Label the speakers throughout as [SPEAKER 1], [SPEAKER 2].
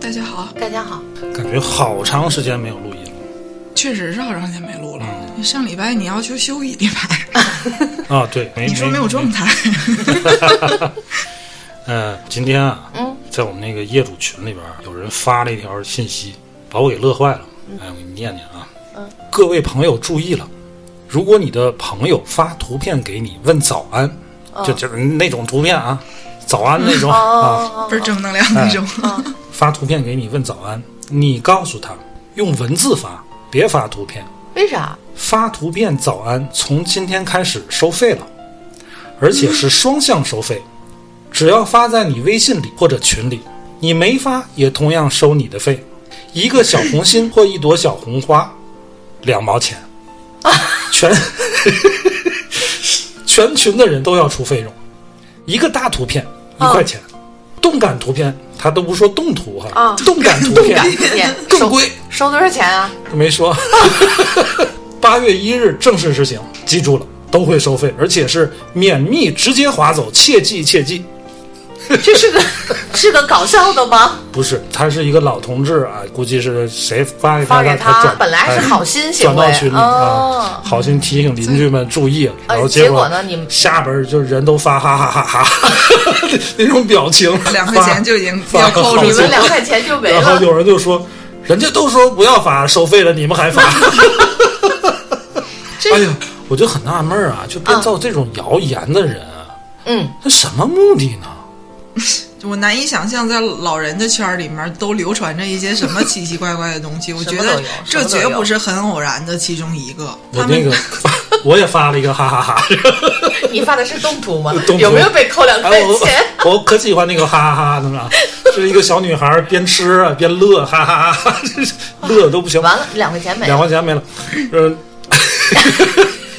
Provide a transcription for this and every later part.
[SPEAKER 1] 大家好，
[SPEAKER 2] 大家好。
[SPEAKER 3] 感觉好长时间没有录音
[SPEAKER 1] 确实是好长时间没录了。
[SPEAKER 3] 嗯
[SPEAKER 1] 上礼拜你要求休一礼拜，
[SPEAKER 3] 了啊，对，哎没
[SPEAKER 1] 你说没有状态，
[SPEAKER 3] 呃，今天啊，在我们那个业主群里边儿，有人发了一条信息，把我给乐坏了。哎，我给你念念啊。各位朋友注意了，如果你的朋友发图片给你问早安，就就是那种图片啊，早安那种啊，
[SPEAKER 2] 哦
[SPEAKER 1] 不是正能量那种。
[SPEAKER 3] 发图片给你问早安，你告诉他用文字发，别发图片。
[SPEAKER 2] 为啥？
[SPEAKER 3] 发图片早安从今天开始收费了，而且是双向收费，只要发在你微信里或者群里，你没发也同样收你的费，一个小红心或一朵小红花，两毛钱，全 全群的人都要出费用，一个大图片一块钱，动感图片他都不说动图哈，
[SPEAKER 2] 啊
[SPEAKER 3] 哦动感图片
[SPEAKER 2] 片
[SPEAKER 3] 更贵。
[SPEAKER 2] 收多少钱 啊？
[SPEAKER 3] 没说。 八月一日正式实行，记住了，都会收费，而且是免密直接划走，切记切记。
[SPEAKER 2] 这是个是个搞笑的吗？
[SPEAKER 3] 不是，他是一个老同志啊，估计是谁发给
[SPEAKER 2] 发
[SPEAKER 3] 他
[SPEAKER 2] 给
[SPEAKER 3] 的，
[SPEAKER 2] 他
[SPEAKER 3] 转哎
[SPEAKER 2] 本来是好心行
[SPEAKER 3] 转
[SPEAKER 2] 为
[SPEAKER 3] 到群里、啊
[SPEAKER 2] 哦，
[SPEAKER 3] 好心提醒邻居们注意，然后
[SPEAKER 2] 呃
[SPEAKER 3] 结
[SPEAKER 2] 结果呢你们
[SPEAKER 3] 下边就人都发哈哈哈哈哈 那种表情，
[SPEAKER 1] 两块钱就已经
[SPEAKER 3] 哎发
[SPEAKER 1] 要扣
[SPEAKER 2] 你
[SPEAKER 1] 出
[SPEAKER 3] 发好
[SPEAKER 1] 去了，
[SPEAKER 2] 们两块钱就没
[SPEAKER 3] 然后
[SPEAKER 2] 了。
[SPEAKER 3] 有人就说，人家都说不要发，收费了，你们还发。
[SPEAKER 2] 这
[SPEAKER 3] 哎呀，我就很纳闷儿啊，就编造这种谣言的人，
[SPEAKER 2] 嗯，
[SPEAKER 3] 他什么目的呢？
[SPEAKER 1] 我难以想象，在老人的圈儿里面都流传着一些什么奇奇怪怪的 东西。我
[SPEAKER 2] 什
[SPEAKER 1] 觉
[SPEAKER 2] 么都有
[SPEAKER 1] 得这
[SPEAKER 2] 什么都
[SPEAKER 1] 绝
[SPEAKER 2] 有
[SPEAKER 1] 不是很偶然的其中一个。
[SPEAKER 3] 我
[SPEAKER 1] 他
[SPEAKER 3] 那
[SPEAKER 1] 们
[SPEAKER 3] 个我也发了一个哈哈哈
[SPEAKER 2] 你发的是动图吗？
[SPEAKER 3] 动图
[SPEAKER 2] 有没有被扣两块
[SPEAKER 3] 哎，
[SPEAKER 2] 钱？
[SPEAKER 3] 我我可喜欢那个哈哈哈的了，是一个小女孩儿边吃啊边乐，哈哈哈 哈，真是乐的都不行，
[SPEAKER 2] 完了，两块钱没
[SPEAKER 3] 两
[SPEAKER 2] 了。
[SPEAKER 3] 块钱没了，嗯。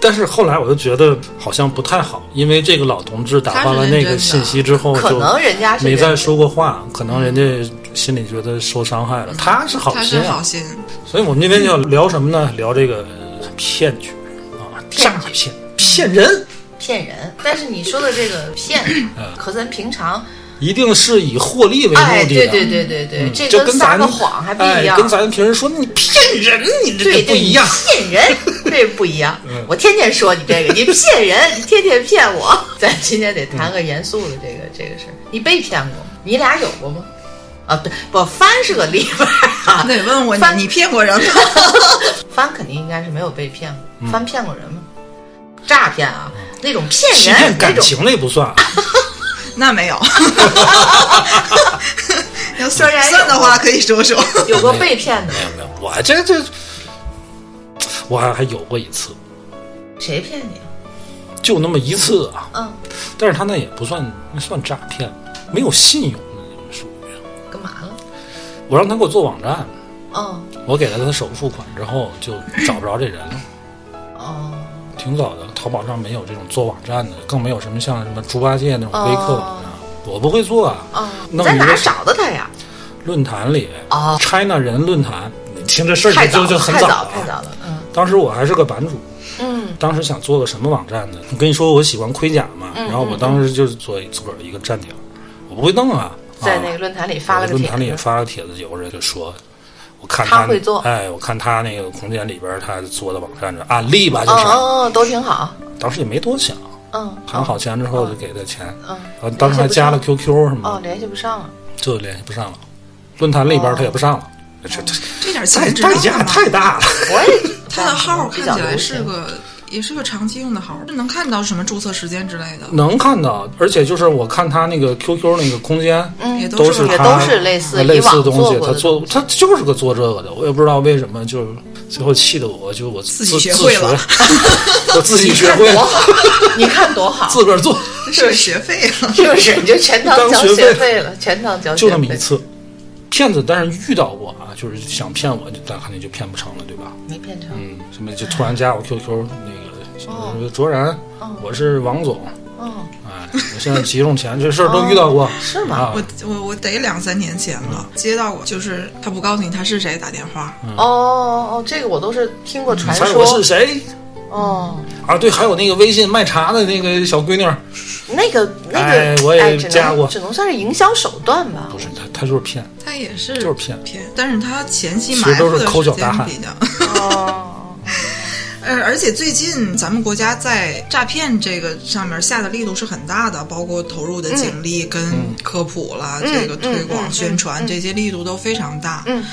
[SPEAKER 3] 但是后来我就觉得好像不太好，因为这个老同志打发了那个信息之后，
[SPEAKER 2] 可
[SPEAKER 3] 就
[SPEAKER 2] 能人家是
[SPEAKER 3] 没
[SPEAKER 2] 认
[SPEAKER 3] 再
[SPEAKER 2] 真
[SPEAKER 3] 说过话，可能人家心里觉得受伤害了。他是好
[SPEAKER 1] 他
[SPEAKER 3] 心
[SPEAKER 1] 是
[SPEAKER 3] 啊
[SPEAKER 1] 好，心，
[SPEAKER 3] 所以我们今天要聊什么呢？聊这个呃骗局啊，诈骗、骗人，
[SPEAKER 2] 骗人，但是你说的这个骗，和咱平常
[SPEAKER 3] 一定是以获利为目的的。
[SPEAKER 2] 哎，对对对对对，这
[SPEAKER 3] 就
[SPEAKER 2] 跟
[SPEAKER 3] 跟
[SPEAKER 2] 撒
[SPEAKER 3] 咱
[SPEAKER 2] 个谎还不一
[SPEAKER 3] 哎
[SPEAKER 2] 样。
[SPEAKER 3] 跟咱平时说你骗人，你这
[SPEAKER 2] 对
[SPEAKER 3] 这不一样。
[SPEAKER 2] 骗 人，这不一样。我天天说你这个，你骗人，你天天骗我。 咱今天得谈个严肃的这
[SPEAKER 3] 嗯
[SPEAKER 2] 个这个事儿。你被骗过吗？你俩有过吗？啊，对，不，帆是个例外啊
[SPEAKER 1] 那。得问我
[SPEAKER 2] 翻
[SPEAKER 1] 你，你骗过人 吗？
[SPEAKER 2] 帆肯定应该是没有被骗
[SPEAKER 3] 嗯
[SPEAKER 2] 过。帆骗过人吗？诈骗啊，那种骗
[SPEAKER 3] 欺
[SPEAKER 2] 人
[SPEAKER 3] 骗
[SPEAKER 2] 那
[SPEAKER 3] 感
[SPEAKER 2] 种
[SPEAKER 3] 情那不算啊，
[SPEAKER 1] 那没 有。 要
[SPEAKER 2] 虽
[SPEAKER 1] 算
[SPEAKER 2] 然有
[SPEAKER 1] 算的话，可以说说。
[SPEAKER 2] 有过被骗的吗
[SPEAKER 3] 没，有没有，我这这，我还还有过一次，
[SPEAKER 2] 谁骗你啊？
[SPEAKER 3] 就那么一次啊。
[SPEAKER 2] 嗯，
[SPEAKER 3] 但是他那也不算那算诈骗，没有信用的那种属于。
[SPEAKER 2] 干嘛了？
[SPEAKER 3] 我让他给我做网站，
[SPEAKER 2] 哦
[SPEAKER 3] 我给了他首付款之后，就找不着这人了。
[SPEAKER 2] 哦。
[SPEAKER 3] 挺早的，淘宝上没有这种做网站的，更没有什么像什么猪八戒那种微课网站，我不会做啊。
[SPEAKER 2] 哦，你
[SPEAKER 3] 弄
[SPEAKER 2] 在
[SPEAKER 3] 一
[SPEAKER 2] 哪
[SPEAKER 3] 个
[SPEAKER 2] 儿找的他呀？
[SPEAKER 3] 论坛里
[SPEAKER 2] 哦
[SPEAKER 3] ，China 人论坛，你听这事儿
[SPEAKER 2] 太
[SPEAKER 3] 就
[SPEAKER 2] 早
[SPEAKER 3] 就就
[SPEAKER 2] 了，
[SPEAKER 3] 很
[SPEAKER 2] 太
[SPEAKER 3] 了
[SPEAKER 2] 太
[SPEAKER 3] 啊。
[SPEAKER 2] 早了。嗯
[SPEAKER 3] 当时我还是个版主，
[SPEAKER 2] 嗯
[SPEAKER 3] 当时想做个什么网站呢？我 跟你说我喜欢盔甲嘛，
[SPEAKER 2] 嗯
[SPEAKER 3] 然后我当时就是做自个儿一个站点儿，我不会弄啊。
[SPEAKER 2] 在
[SPEAKER 3] 啊
[SPEAKER 2] 那个论坛里发了个
[SPEAKER 3] 论
[SPEAKER 2] 帖
[SPEAKER 3] 坛里也
[SPEAKER 2] 子，
[SPEAKER 3] 发了帖子，有人就说，我看
[SPEAKER 2] 他会做
[SPEAKER 3] 哎，我看他那个空间里边儿他做的网站这案例吧，就
[SPEAKER 2] 嗯
[SPEAKER 3] 是，
[SPEAKER 2] 嗯嗯，都挺好，
[SPEAKER 3] 当时也没多想，
[SPEAKER 2] 嗯
[SPEAKER 3] 谈好钱之后就给他钱，
[SPEAKER 2] 嗯，
[SPEAKER 3] 然后当时还加了 QQ 什
[SPEAKER 2] 哦
[SPEAKER 3] 么，的，
[SPEAKER 2] 联系不上了，
[SPEAKER 3] 就联系不上了，论坛里边儿他也不
[SPEAKER 2] 哦
[SPEAKER 3] 上了，这这
[SPEAKER 1] 这点
[SPEAKER 3] 代
[SPEAKER 1] 钱值
[SPEAKER 3] 哎代
[SPEAKER 1] 得
[SPEAKER 3] 价
[SPEAKER 1] 吗？
[SPEAKER 3] 太大了。
[SPEAKER 2] 我也
[SPEAKER 1] 他的号
[SPEAKER 2] 比
[SPEAKER 1] 看
[SPEAKER 2] 较
[SPEAKER 1] 起来
[SPEAKER 2] 流
[SPEAKER 1] 是
[SPEAKER 2] 行
[SPEAKER 1] 个，也是个长期用的号，是能看到什么注册时间之类的。
[SPEAKER 3] 能看到，而且就是我看他那个 QQ 那个空间，
[SPEAKER 2] 嗯
[SPEAKER 1] 也都
[SPEAKER 3] 都
[SPEAKER 1] 是
[SPEAKER 3] 是
[SPEAKER 1] 也
[SPEAKER 3] 他
[SPEAKER 2] 都是类似
[SPEAKER 3] 类
[SPEAKER 2] 以往
[SPEAKER 3] 似东
[SPEAKER 2] 做
[SPEAKER 3] 西，
[SPEAKER 2] 过
[SPEAKER 3] 他
[SPEAKER 2] 的
[SPEAKER 3] 做他就是个做这个的，我也不知道为什么，就是最后气得我就我自
[SPEAKER 1] 自己学会
[SPEAKER 3] 自
[SPEAKER 1] 了
[SPEAKER 3] 学 我自己学
[SPEAKER 2] 看
[SPEAKER 3] 会
[SPEAKER 2] 多
[SPEAKER 3] 了，
[SPEAKER 2] 好，你看多好，
[SPEAKER 3] 自个儿做，
[SPEAKER 1] 这是学费啊！
[SPEAKER 2] 是不是？你就全当
[SPEAKER 3] 当
[SPEAKER 2] 交
[SPEAKER 3] 学
[SPEAKER 2] 学
[SPEAKER 3] 费
[SPEAKER 2] 费了，全当交学
[SPEAKER 3] 就
[SPEAKER 2] 费。
[SPEAKER 3] 那么一次。骗子，但是遇到过啊，就是想骗我，就但肯定就骗不成了，对吧？
[SPEAKER 2] 没骗成。
[SPEAKER 3] 嗯，什么就突然加我 QQ 那个，
[SPEAKER 2] 哦
[SPEAKER 3] 呃卓然，我是王总，
[SPEAKER 2] 哦，
[SPEAKER 3] 哎，我现在急用钱，这事儿都遇到过，
[SPEAKER 2] 是吗
[SPEAKER 3] 啊
[SPEAKER 1] 我我我得两三年前了，接到过，就是他不告诉你他是谁打电话，
[SPEAKER 3] 嗯
[SPEAKER 2] 哦哦，这个我都是听过
[SPEAKER 3] 你
[SPEAKER 2] 传
[SPEAKER 3] 猜我是
[SPEAKER 2] 说。
[SPEAKER 3] 谁
[SPEAKER 2] 哦，
[SPEAKER 3] 啊？对，还有那个微信卖茶的那个小闺女儿，
[SPEAKER 2] 那个那
[SPEAKER 3] 哎
[SPEAKER 2] 个，
[SPEAKER 3] 我也
[SPEAKER 2] 哎只
[SPEAKER 3] 加过
[SPEAKER 2] 能只能算是营销手段吧
[SPEAKER 3] 不。是她，她就是骗。
[SPEAKER 1] 他也是
[SPEAKER 2] 嗯
[SPEAKER 3] 就是骗
[SPEAKER 1] 骗，但是他前期
[SPEAKER 3] 其
[SPEAKER 1] 埋
[SPEAKER 3] 实都
[SPEAKER 1] 伏
[SPEAKER 3] 是
[SPEAKER 1] 的
[SPEAKER 3] 抠脚
[SPEAKER 1] 时
[SPEAKER 3] 大
[SPEAKER 1] 间
[SPEAKER 3] 汉
[SPEAKER 1] 比较。
[SPEAKER 2] 哦，
[SPEAKER 1] 呃，而且最近咱们国家在诈骗这个上面下的力度是很大的，包括投
[SPEAKER 2] 嗯
[SPEAKER 1] 入的警力跟科普啦，这个推广、宣传、这些力度都非常大。
[SPEAKER 2] 嗯，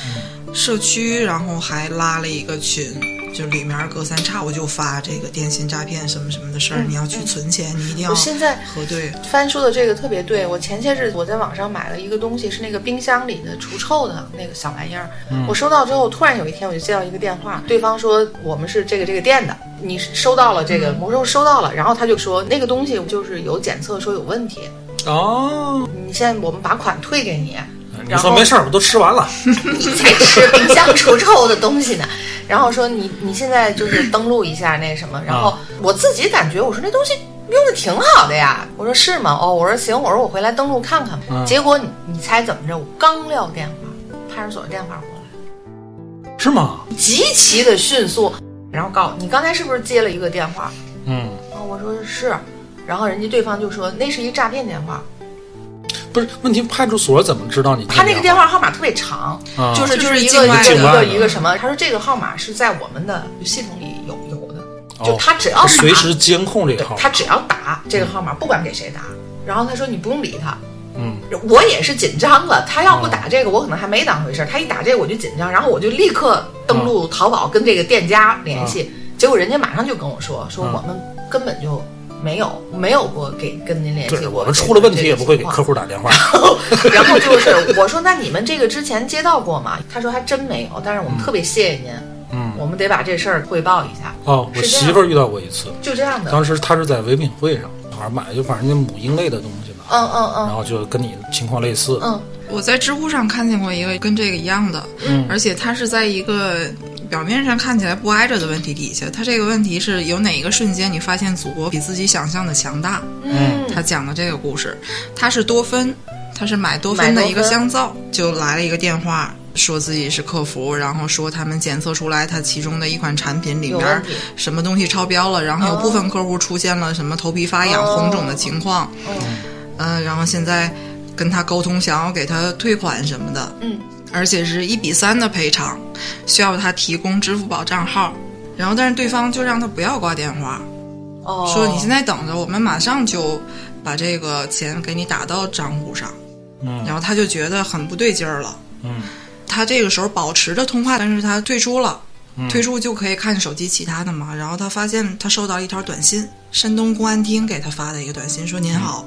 [SPEAKER 1] 社区然后还拉了一个群，就里面隔三差五就发这个电信诈骗什么什么的事儿，你要去存钱，你一定要
[SPEAKER 2] 嗯我现在
[SPEAKER 1] 核对。
[SPEAKER 2] 翻书的这个特别对，我前些日子我在网上买了一个东西，是那个冰箱里的除臭的那个小玩意儿。我收到之后，突然有一天我就接到一个电话，对方说我们是这个这个店的，你收到了这个，我说我收到了，然后他就说那个东西就是有检测说有问题，
[SPEAKER 3] 哦，
[SPEAKER 2] 你现在我们把款退给你。
[SPEAKER 3] 你
[SPEAKER 2] 然
[SPEAKER 3] 说
[SPEAKER 2] 后
[SPEAKER 3] 没事儿，我都吃完了。
[SPEAKER 2] 你 才吃冰箱除臭的东西呢。然后说你你现在就是登录一下那什么，然后
[SPEAKER 3] 啊
[SPEAKER 2] 我自己感觉我说那东西用的挺好的呀，我说是吗？哦，我说行，我说我回来登录看看吧。
[SPEAKER 3] 嗯
[SPEAKER 2] 结果你你猜怎么着？我刚撂电话，派出所的电话过来，
[SPEAKER 3] 是吗？
[SPEAKER 2] 极其的迅速，然后告诉我你刚才是不是接了一个电话？
[SPEAKER 3] 嗯，
[SPEAKER 2] 啊，我说是，然后人家对方就说那是一诈骗电话，
[SPEAKER 3] 不是，问题派出所怎么知道你
[SPEAKER 2] 他那个电
[SPEAKER 3] 话？
[SPEAKER 2] 话号码特别长，
[SPEAKER 3] 啊
[SPEAKER 2] 就是
[SPEAKER 1] 就是
[SPEAKER 2] 是一
[SPEAKER 1] 境
[SPEAKER 2] 个一
[SPEAKER 1] 外
[SPEAKER 2] 个
[SPEAKER 3] 的
[SPEAKER 2] 一
[SPEAKER 3] 境外
[SPEAKER 2] 个
[SPEAKER 3] 的
[SPEAKER 2] 一个什么？他说这个号码是在我们的系统里有有的，就
[SPEAKER 3] 哦
[SPEAKER 2] 他只要
[SPEAKER 3] 他
[SPEAKER 2] 打，
[SPEAKER 3] 随时监控这
[SPEAKER 2] 对
[SPEAKER 3] 个号码。
[SPEAKER 2] 他只要打这个号码，不管给谁打。然后他说你不用理他，
[SPEAKER 3] 嗯，
[SPEAKER 2] 我也是紧张了。他
[SPEAKER 3] 哦
[SPEAKER 2] 要不打这个，我可能还没当回事儿。他一打这个我就紧张，然后我就立刻
[SPEAKER 3] 哦
[SPEAKER 2] 登录淘宝跟这个店家联系。结果人家马上就跟我说，说
[SPEAKER 3] 嗯
[SPEAKER 2] 我们根本就没有没有过给跟您联系
[SPEAKER 3] 对，
[SPEAKER 2] 过。
[SPEAKER 3] 我们出了问题也不会给
[SPEAKER 2] 户。
[SPEAKER 3] 客户打电话。
[SPEAKER 2] 然后 就是我说，那你们这个之前接到过吗？他说还真没有，但是我们特别谢谢您，
[SPEAKER 3] 嗯，
[SPEAKER 2] 我们得把这事儿汇报一下，
[SPEAKER 3] 哦，我
[SPEAKER 2] 是这样
[SPEAKER 3] 媳妇儿遇到过一次，
[SPEAKER 2] 就这样的。
[SPEAKER 3] 当时她是在唯品会上，好像买就反正那母婴类的东西吧，
[SPEAKER 2] 嗯嗯
[SPEAKER 3] 然
[SPEAKER 2] 嗯
[SPEAKER 3] 后就跟你情况类似。
[SPEAKER 2] 嗯
[SPEAKER 1] 我在知乎上看见过一个跟这个一样的，
[SPEAKER 3] 嗯
[SPEAKER 1] 而且它是在一个表面上看起来不挨着的问题底下，它这个问题是有哪一个瞬间你发现祖国比自己想象的强大？
[SPEAKER 3] 嗯
[SPEAKER 1] 他讲的这个故事，他是多芬，他是买多芬
[SPEAKER 2] 买多
[SPEAKER 1] 的
[SPEAKER 2] 芬
[SPEAKER 1] 一个香皂，就来了一个电话。说自己是客服，然后说他们检测出来他其中的一款产品里
[SPEAKER 2] 有问
[SPEAKER 1] 面
[SPEAKER 2] 题
[SPEAKER 1] 什么东西超标了，然后有
[SPEAKER 2] 哦
[SPEAKER 1] 部分客户出现了什么头皮发痒、
[SPEAKER 2] 哦
[SPEAKER 1] 红肿的情况，
[SPEAKER 2] 嗯
[SPEAKER 1] 嗯、然后现在跟他沟通，想要给他退款什么的，
[SPEAKER 2] 嗯，
[SPEAKER 1] 而且是一比三的赔偿，需要他提供支付宝账号，然后但是对方就让他不要挂电话，
[SPEAKER 2] 哦，
[SPEAKER 1] 说你现在
[SPEAKER 2] 在
[SPEAKER 1] 等着，我们马上就把这个钱给你打到账户上，
[SPEAKER 3] 嗯
[SPEAKER 1] 然后他就觉得很不对劲儿了，
[SPEAKER 3] 嗯
[SPEAKER 1] 他这个时候保持着通话，但是他退出了。
[SPEAKER 3] 嗯，
[SPEAKER 1] 退出就可以看手机其他的嘛。然后他发现他收到一条短信，山东公安厅给他发的一个短信，说：“您好，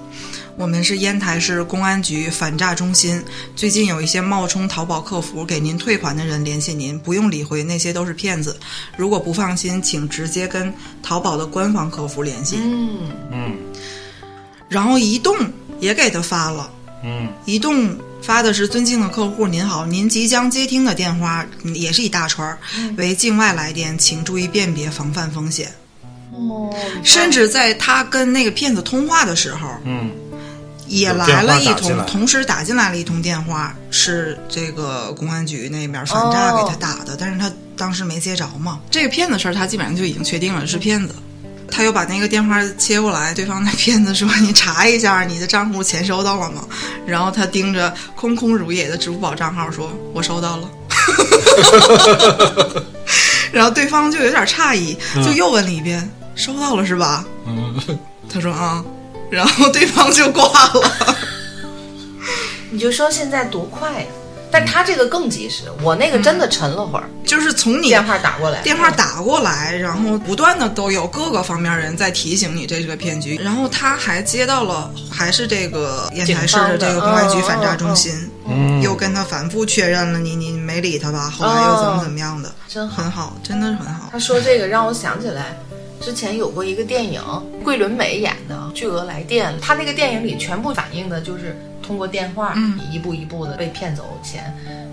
[SPEAKER 1] 我们是烟台市公安局反诈中心，最近有一些冒充淘宝客服给您退款的人联系您，不用理会，那些都是骗子。如果不放心，请直接跟淘宝的官方客服联系。
[SPEAKER 2] 嗯
[SPEAKER 3] 嗯
[SPEAKER 1] 然后移动也给他发了。
[SPEAKER 3] 嗯
[SPEAKER 1] 移动发的是尊敬的客户，您好，您即将接听的电话嗯也是一大串儿，为境外来电，请注意辨别，防范风险。
[SPEAKER 2] 哦，
[SPEAKER 1] 甚至在他跟那个骗子通话的时候，
[SPEAKER 3] 嗯
[SPEAKER 1] 也来了一
[SPEAKER 3] 有电话打进
[SPEAKER 1] 通
[SPEAKER 3] 来，
[SPEAKER 1] 同时打进来了一通电话，是这个公安局那边反诈给他打的，但是他当时没接着嘛。这个骗子事儿，他基本上就已经确定了是骗子。他又把那个电话切过来，对方那骗子说：“你查一下你的账户钱收到了吗？”然后他盯着空空如也的支付宝账号说：“我收到了。” 然后对方就有点诧异，就又问了一遍：“收到了是吧？”
[SPEAKER 3] 嗯，
[SPEAKER 1] 他说啊，然后对方就挂了。
[SPEAKER 2] 你就说现在多快呀！但他这个更及时，我那个真的沉了会儿，
[SPEAKER 1] 就是从你
[SPEAKER 2] 电话打过
[SPEAKER 1] 嗯
[SPEAKER 2] 来，
[SPEAKER 1] 电话打过来，然后不断的都有各个方面人在提醒你这是个骗局。然后他还接到了，还是这个烟台市
[SPEAKER 2] 警方的
[SPEAKER 1] 这个公安局反诈中心
[SPEAKER 3] 嗯
[SPEAKER 1] 又跟他反复确认了你，你没理他吧？后来又怎么怎么样的，
[SPEAKER 2] 真好。
[SPEAKER 1] 很好，真的是很
[SPEAKER 3] 嗯
[SPEAKER 1] 好。
[SPEAKER 2] 他说这个让我想起来，之前有过一个电影，桂纶镁演的《巨额来电》，他那个电影里全部反映的就是通过电话，
[SPEAKER 1] 嗯
[SPEAKER 2] 一步一步的被骗走钱。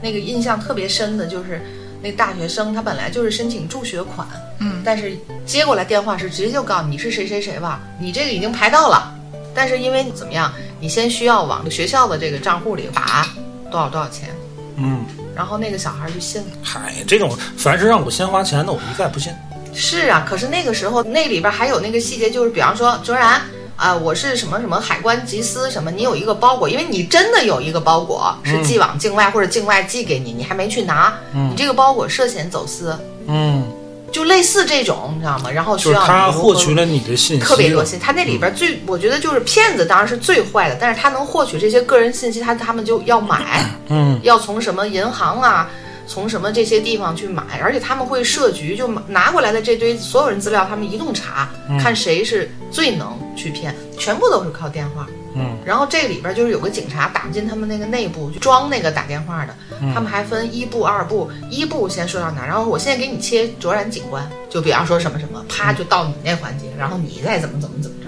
[SPEAKER 2] 那个印象特别深的就是，那大学生他本来就是申请助学款，
[SPEAKER 1] 嗯
[SPEAKER 2] 但是接过来电话是直接就告诉你是谁谁谁吧，你这个已经排到了，但是因为怎么样，你先需要往学校的这个账户里打多少多少钱，
[SPEAKER 3] 嗯，
[SPEAKER 2] 然后那个小孩就信了。
[SPEAKER 3] 嗨，这种凡是让我先花钱的，我一概不信。
[SPEAKER 2] 是啊，可是那个时候那里边还有那个细节，就是比方说卓然啊、我是什么什么海关缉私什么，你有一个包裹，因为你真的有一个包裹是寄往境外或者境外寄给你，你还没去拿，
[SPEAKER 3] 嗯
[SPEAKER 2] 你这个包裹涉嫌走私，
[SPEAKER 3] 嗯，
[SPEAKER 2] 就类似这种，你知道吗？然后需
[SPEAKER 3] 就是
[SPEAKER 2] 要
[SPEAKER 3] 他
[SPEAKER 2] 你如何
[SPEAKER 3] 获取了嗯你的信息，
[SPEAKER 2] 特别多信，他那里边最，我觉得就是骗子当然是最坏的，但是他能获取这些个人信息，他他们就要买，
[SPEAKER 3] 嗯，
[SPEAKER 2] 要从什么银行啊，从什么这些地方去买，而且他们会设局，就拿过来的这堆所有人资料，他们一通查，
[SPEAKER 3] 嗯
[SPEAKER 2] 看谁是最能去骗，全部都是靠电话。
[SPEAKER 3] 嗯，
[SPEAKER 2] 然后这里边就是有个警察打进他们那个内部，就装那个打电话的，
[SPEAKER 3] 嗯
[SPEAKER 2] 他们还分一部、二部，一部先说到哪儿，然后我现在给你切卓然警官，就比方说什么什么，啪就到你那环节，然后你再怎么怎么怎么着。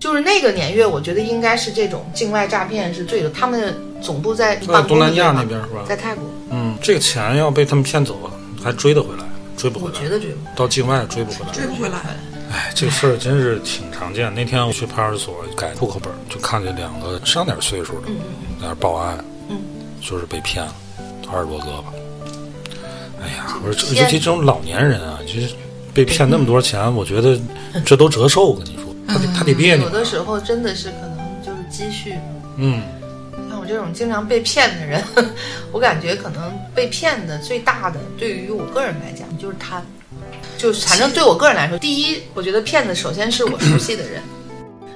[SPEAKER 2] 就是那个年月，我觉得应该是这种境外诈骗是最有，他们总部在
[SPEAKER 3] 在
[SPEAKER 2] 办公
[SPEAKER 3] 东
[SPEAKER 2] 的
[SPEAKER 3] 南亚
[SPEAKER 2] 地
[SPEAKER 3] 那
[SPEAKER 2] 方
[SPEAKER 3] 边是吧？
[SPEAKER 2] 在泰国，
[SPEAKER 3] 嗯，这个钱要被他们骗走了，还追得回来？追不
[SPEAKER 2] 我
[SPEAKER 3] 回
[SPEAKER 2] 觉
[SPEAKER 3] 来，
[SPEAKER 2] 得这个
[SPEAKER 3] 到境外追不回来。
[SPEAKER 1] 追不回来，
[SPEAKER 3] 哎，这事儿真是挺常见。那天我去派出所改户口本儿，就看见两个上点岁数的在那儿报案，
[SPEAKER 2] 嗯，
[SPEAKER 3] 就是被骗了，二十多个吧。哎呀，我说这
[SPEAKER 2] 骗
[SPEAKER 3] 尤其这种老年人啊，就是被骗那么多钱，我觉得这都折寿。我跟你说，他得他得别扭
[SPEAKER 2] 嗯有。的时候真的是可能就是积蓄。
[SPEAKER 3] 嗯，
[SPEAKER 2] 像我这种经常被骗的人，我感觉可能被骗的最大的，对于我个人来讲就是贪，就是反正对我个人来说，第一，我觉得骗子首先是我熟悉的人，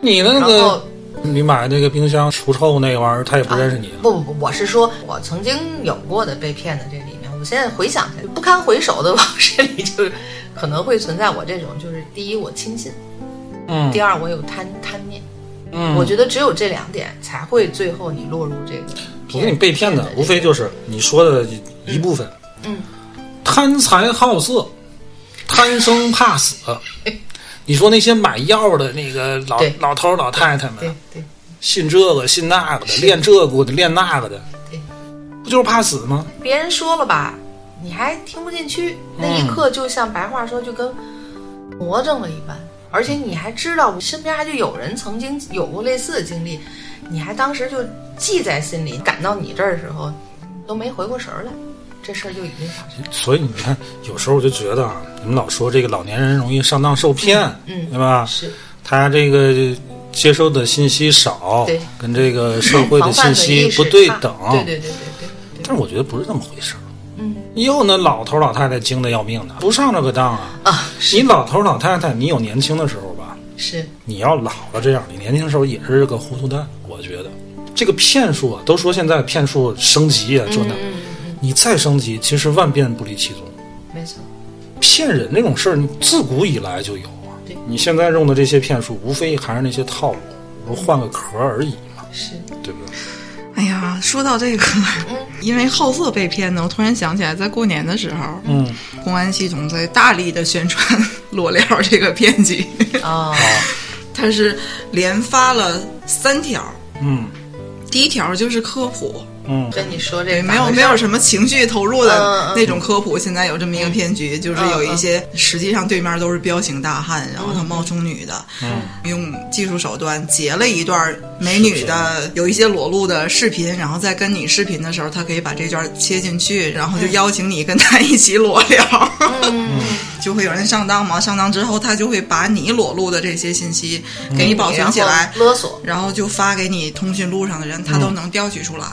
[SPEAKER 3] 你那
[SPEAKER 2] 然后啊
[SPEAKER 3] 个你买那个冰箱除臭那个玩意儿，他也不认识你。
[SPEAKER 2] 不不不，我是说我曾经有过的被骗的这里面，我现在回想起来不堪回首的往 事里，就是可能会存在我这种，就是第一我轻信，
[SPEAKER 3] 嗯
[SPEAKER 2] 第二我有贪贪念。
[SPEAKER 3] 嗯，
[SPEAKER 2] 我觉得只有这两点才会最后你落入这个
[SPEAKER 3] 我
[SPEAKER 2] 骗。
[SPEAKER 3] 跟你被骗的
[SPEAKER 2] 骗，
[SPEAKER 3] 无非就是你说的一一部分。
[SPEAKER 2] 嗯，
[SPEAKER 3] 贪财好色，贪生怕死。 你说那些买药的那个老
[SPEAKER 2] 对
[SPEAKER 3] 老头儿老太太
[SPEAKER 2] 对
[SPEAKER 3] 们，啊
[SPEAKER 2] 对
[SPEAKER 3] 信这个信那个的，练这个的练那个的
[SPEAKER 2] 对，
[SPEAKER 3] 不就是怕死吗？
[SPEAKER 2] 别人说了吧，你还听不进去，
[SPEAKER 3] 嗯
[SPEAKER 2] 那一刻就像白话说就跟魔怔了一般，而且你还知道身边还就有人曾经有过类似的经历，你还当时就记在心里，赶到你这儿的时候都没回过神儿来，这事儿就已经发生了。
[SPEAKER 3] 所以你看，有时候我就觉得啊，你们老说这个老年人容易上当受骗，
[SPEAKER 2] 嗯嗯
[SPEAKER 3] 对吧？
[SPEAKER 2] 是
[SPEAKER 3] 他这个接收的信息少
[SPEAKER 2] 对，
[SPEAKER 3] 跟这个社会
[SPEAKER 2] 防
[SPEAKER 3] 的
[SPEAKER 2] 范
[SPEAKER 3] 信
[SPEAKER 2] 的意
[SPEAKER 3] 息
[SPEAKER 2] 识
[SPEAKER 3] 不对
[SPEAKER 2] 差
[SPEAKER 3] 等，
[SPEAKER 2] 对对对对对对，
[SPEAKER 3] 但是我觉得不是那么回事儿。
[SPEAKER 2] 嗯
[SPEAKER 3] 又那老头老太太精的要命的，不上这个当啊！
[SPEAKER 2] 啊
[SPEAKER 3] 你老头老太太，你有年轻的时候吧？
[SPEAKER 2] 是
[SPEAKER 3] 你要老了这样，你年轻的时候也是个糊涂蛋。我觉得这个骗术啊，都说现在骗术升级啊，这那，
[SPEAKER 2] 嗯嗯
[SPEAKER 3] 你再升级，其实万变不离其宗。
[SPEAKER 2] 嗯，没错，
[SPEAKER 3] 骗人这种事儿，你自古以来就有啊
[SPEAKER 2] 对。
[SPEAKER 3] 你现在用的这些骗术，无非还是那些套路，不换个壳而已嘛，
[SPEAKER 2] 是
[SPEAKER 3] 对不对？
[SPEAKER 1] 哎呀，说到这个，因为好色被骗呢，我突然想起来，在过年的时候，
[SPEAKER 3] 嗯，
[SPEAKER 1] 公安系统在大力的宣传裸聊这个骗局，
[SPEAKER 2] 啊，
[SPEAKER 1] 它是连发了三条，
[SPEAKER 3] 嗯
[SPEAKER 1] 第一条就是科普，
[SPEAKER 3] 嗯
[SPEAKER 2] 跟你说这
[SPEAKER 1] 对，
[SPEAKER 2] 个
[SPEAKER 1] 没有没有什么情绪投入
[SPEAKER 2] 嗯
[SPEAKER 1] 的
[SPEAKER 2] 嗯
[SPEAKER 1] 那种科普。现在有这么一个骗局，就是有一些实际上对面都是彪形大汉，然后他冒充女的，用技术手段截了一段美女的有一些裸露的视频，然后在跟你视频的时候，他可以把这段切进去，然后就邀请你跟他一起裸聊。 就会有人上当嘛，上当之后他就会把你裸露的这些信息给你保存起来，
[SPEAKER 2] 勒索，
[SPEAKER 1] 然后就发给你通讯录上的人，他都能调取出来，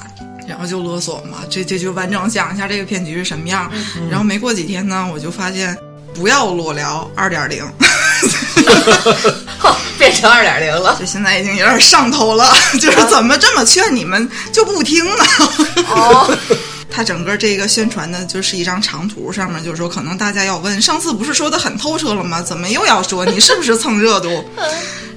[SPEAKER 1] 然后就勒索嘛。这这就完整讲一下这个骗局是什么样。然后没过几天呢，我就发现不要裸聊二点零，
[SPEAKER 2] 变成二点零了。啊
[SPEAKER 1] 就现在已经有 点上头了，就是怎么这么劝你们就不听呢？
[SPEAKER 2] 哦，
[SPEAKER 1] 它整个这个宣传的就是一张长图，上面就是说，可能大家要问，上次不是说的很透彻了吗？怎么又要说？你是不是蹭热 度？
[SPEAKER 2] 嗯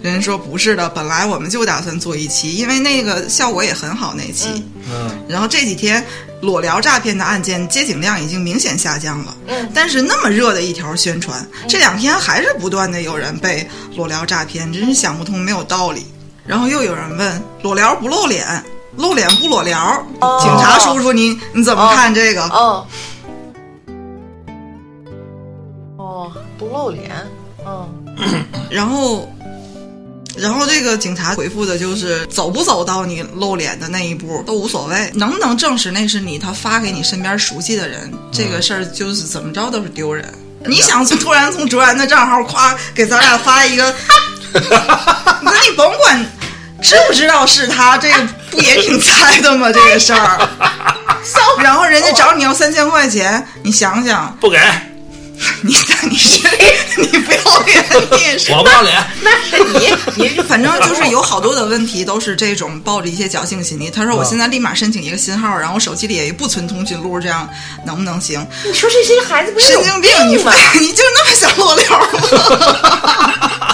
[SPEAKER 1] 人家说不是的，本来我们就打算做一期，因为那个效果也很好那期。
[SPEAKER 3] 嗯，
[SPEAKER 1] 然后这几天裸聊诈骗的案件接警量已经明显下降了，
[SPEAKER 2] 嗯
[SPEAKER 1] 但是那么热的一条宣传，这两天还是不断的有人被裸聊诈骗，真是想不通，没有道理。然后又有人问裸聊不露脸，露脸不裸聊，
[SPEAKER 2] 哦
[SPEAKER 1] 警察叔叔你你怎么看这个？
[SPEAKER 2] 哦，哦，不露脸，嗯，
[SPEAKER 1] 然后，然后这个警察回复的就是走不走到你露脸的那一步都无所谓，能不能证实那是你，他发给你身边熟悉的人，这个事儿就是怎么着都是丢人。你想从突然从卓然的账号夸给咱俩发一个，那你甭管知不知道是他，这个不也挺猜的吗？这个事儿，然后人家找你要三千块钱，你想想，
[SPEAKER 3] 不给，
[SPEAKER 1] 你 你是你不要脸，你也是
[SPEAKER 3] 我 不要脸。
[SPEAKER 2] 那是 你，你
[SPEAKER 1] 反正就是有好多的问题都是这种抱着一些侥幸心理。他说我现在立马申请一个新号，然后手机里也不存通讯录，这样能不能行？
[SPEAKER 2] 你说这些孩子不是
[SPEAKER 1] 神
[SPEAKER 2] 有
[SPEAKER 1] 经病！你
[SPEAKER 2] 吗？
[SPEAKER 1] 你就那么想裸聊吗？
[SPEAKER 3] 嗯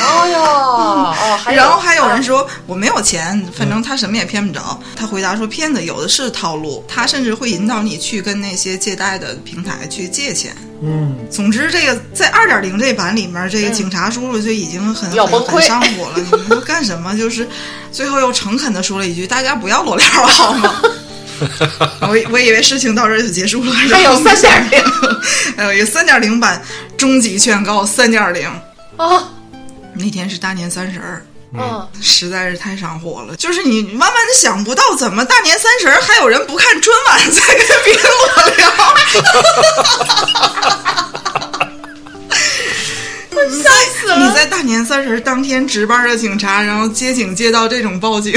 [SPEAKER 2] 哎呦，哦，还有嗯
[SPEAKER 1] 然后还有人说我没有钱，反正他什么也骗不着。他回答说骗子有的是套路，他甚至会引导你去跟那些借贷的平台去借钱。
[SPEAKER 3] 嗯，
[SPEAKER 1] 总之，这个在二点零这版里面，这个警察叔叔就已经很
[SPEAKER 2] 嗯要崩
[SPEAKER 1] 很
[SPEAKER 2] 溃
[SPEAKER 1] 很上火了。你们都干什么？就是最后又诚恳的说了一句：“大家不要裸聊好吗？” 我以我以为事情到这儿就结束了。
[SPEAKER 2] 还有三点零，
[SPEAKER 1] 还有一个三点零版终极劝告三点零。
[SPEAKER 2] 哦，
[SPEAKER 1] 那天是大年三十儿，
[SPEAKER 2] 嗯，
[SPEAKER 1] 实在是太上火了。就是你万万的想不到，怎么大年三十儿还有人不看春晚在跟别人裸聊？你在你在大年三十儿当天值班的警察，然后接警接到这种报警，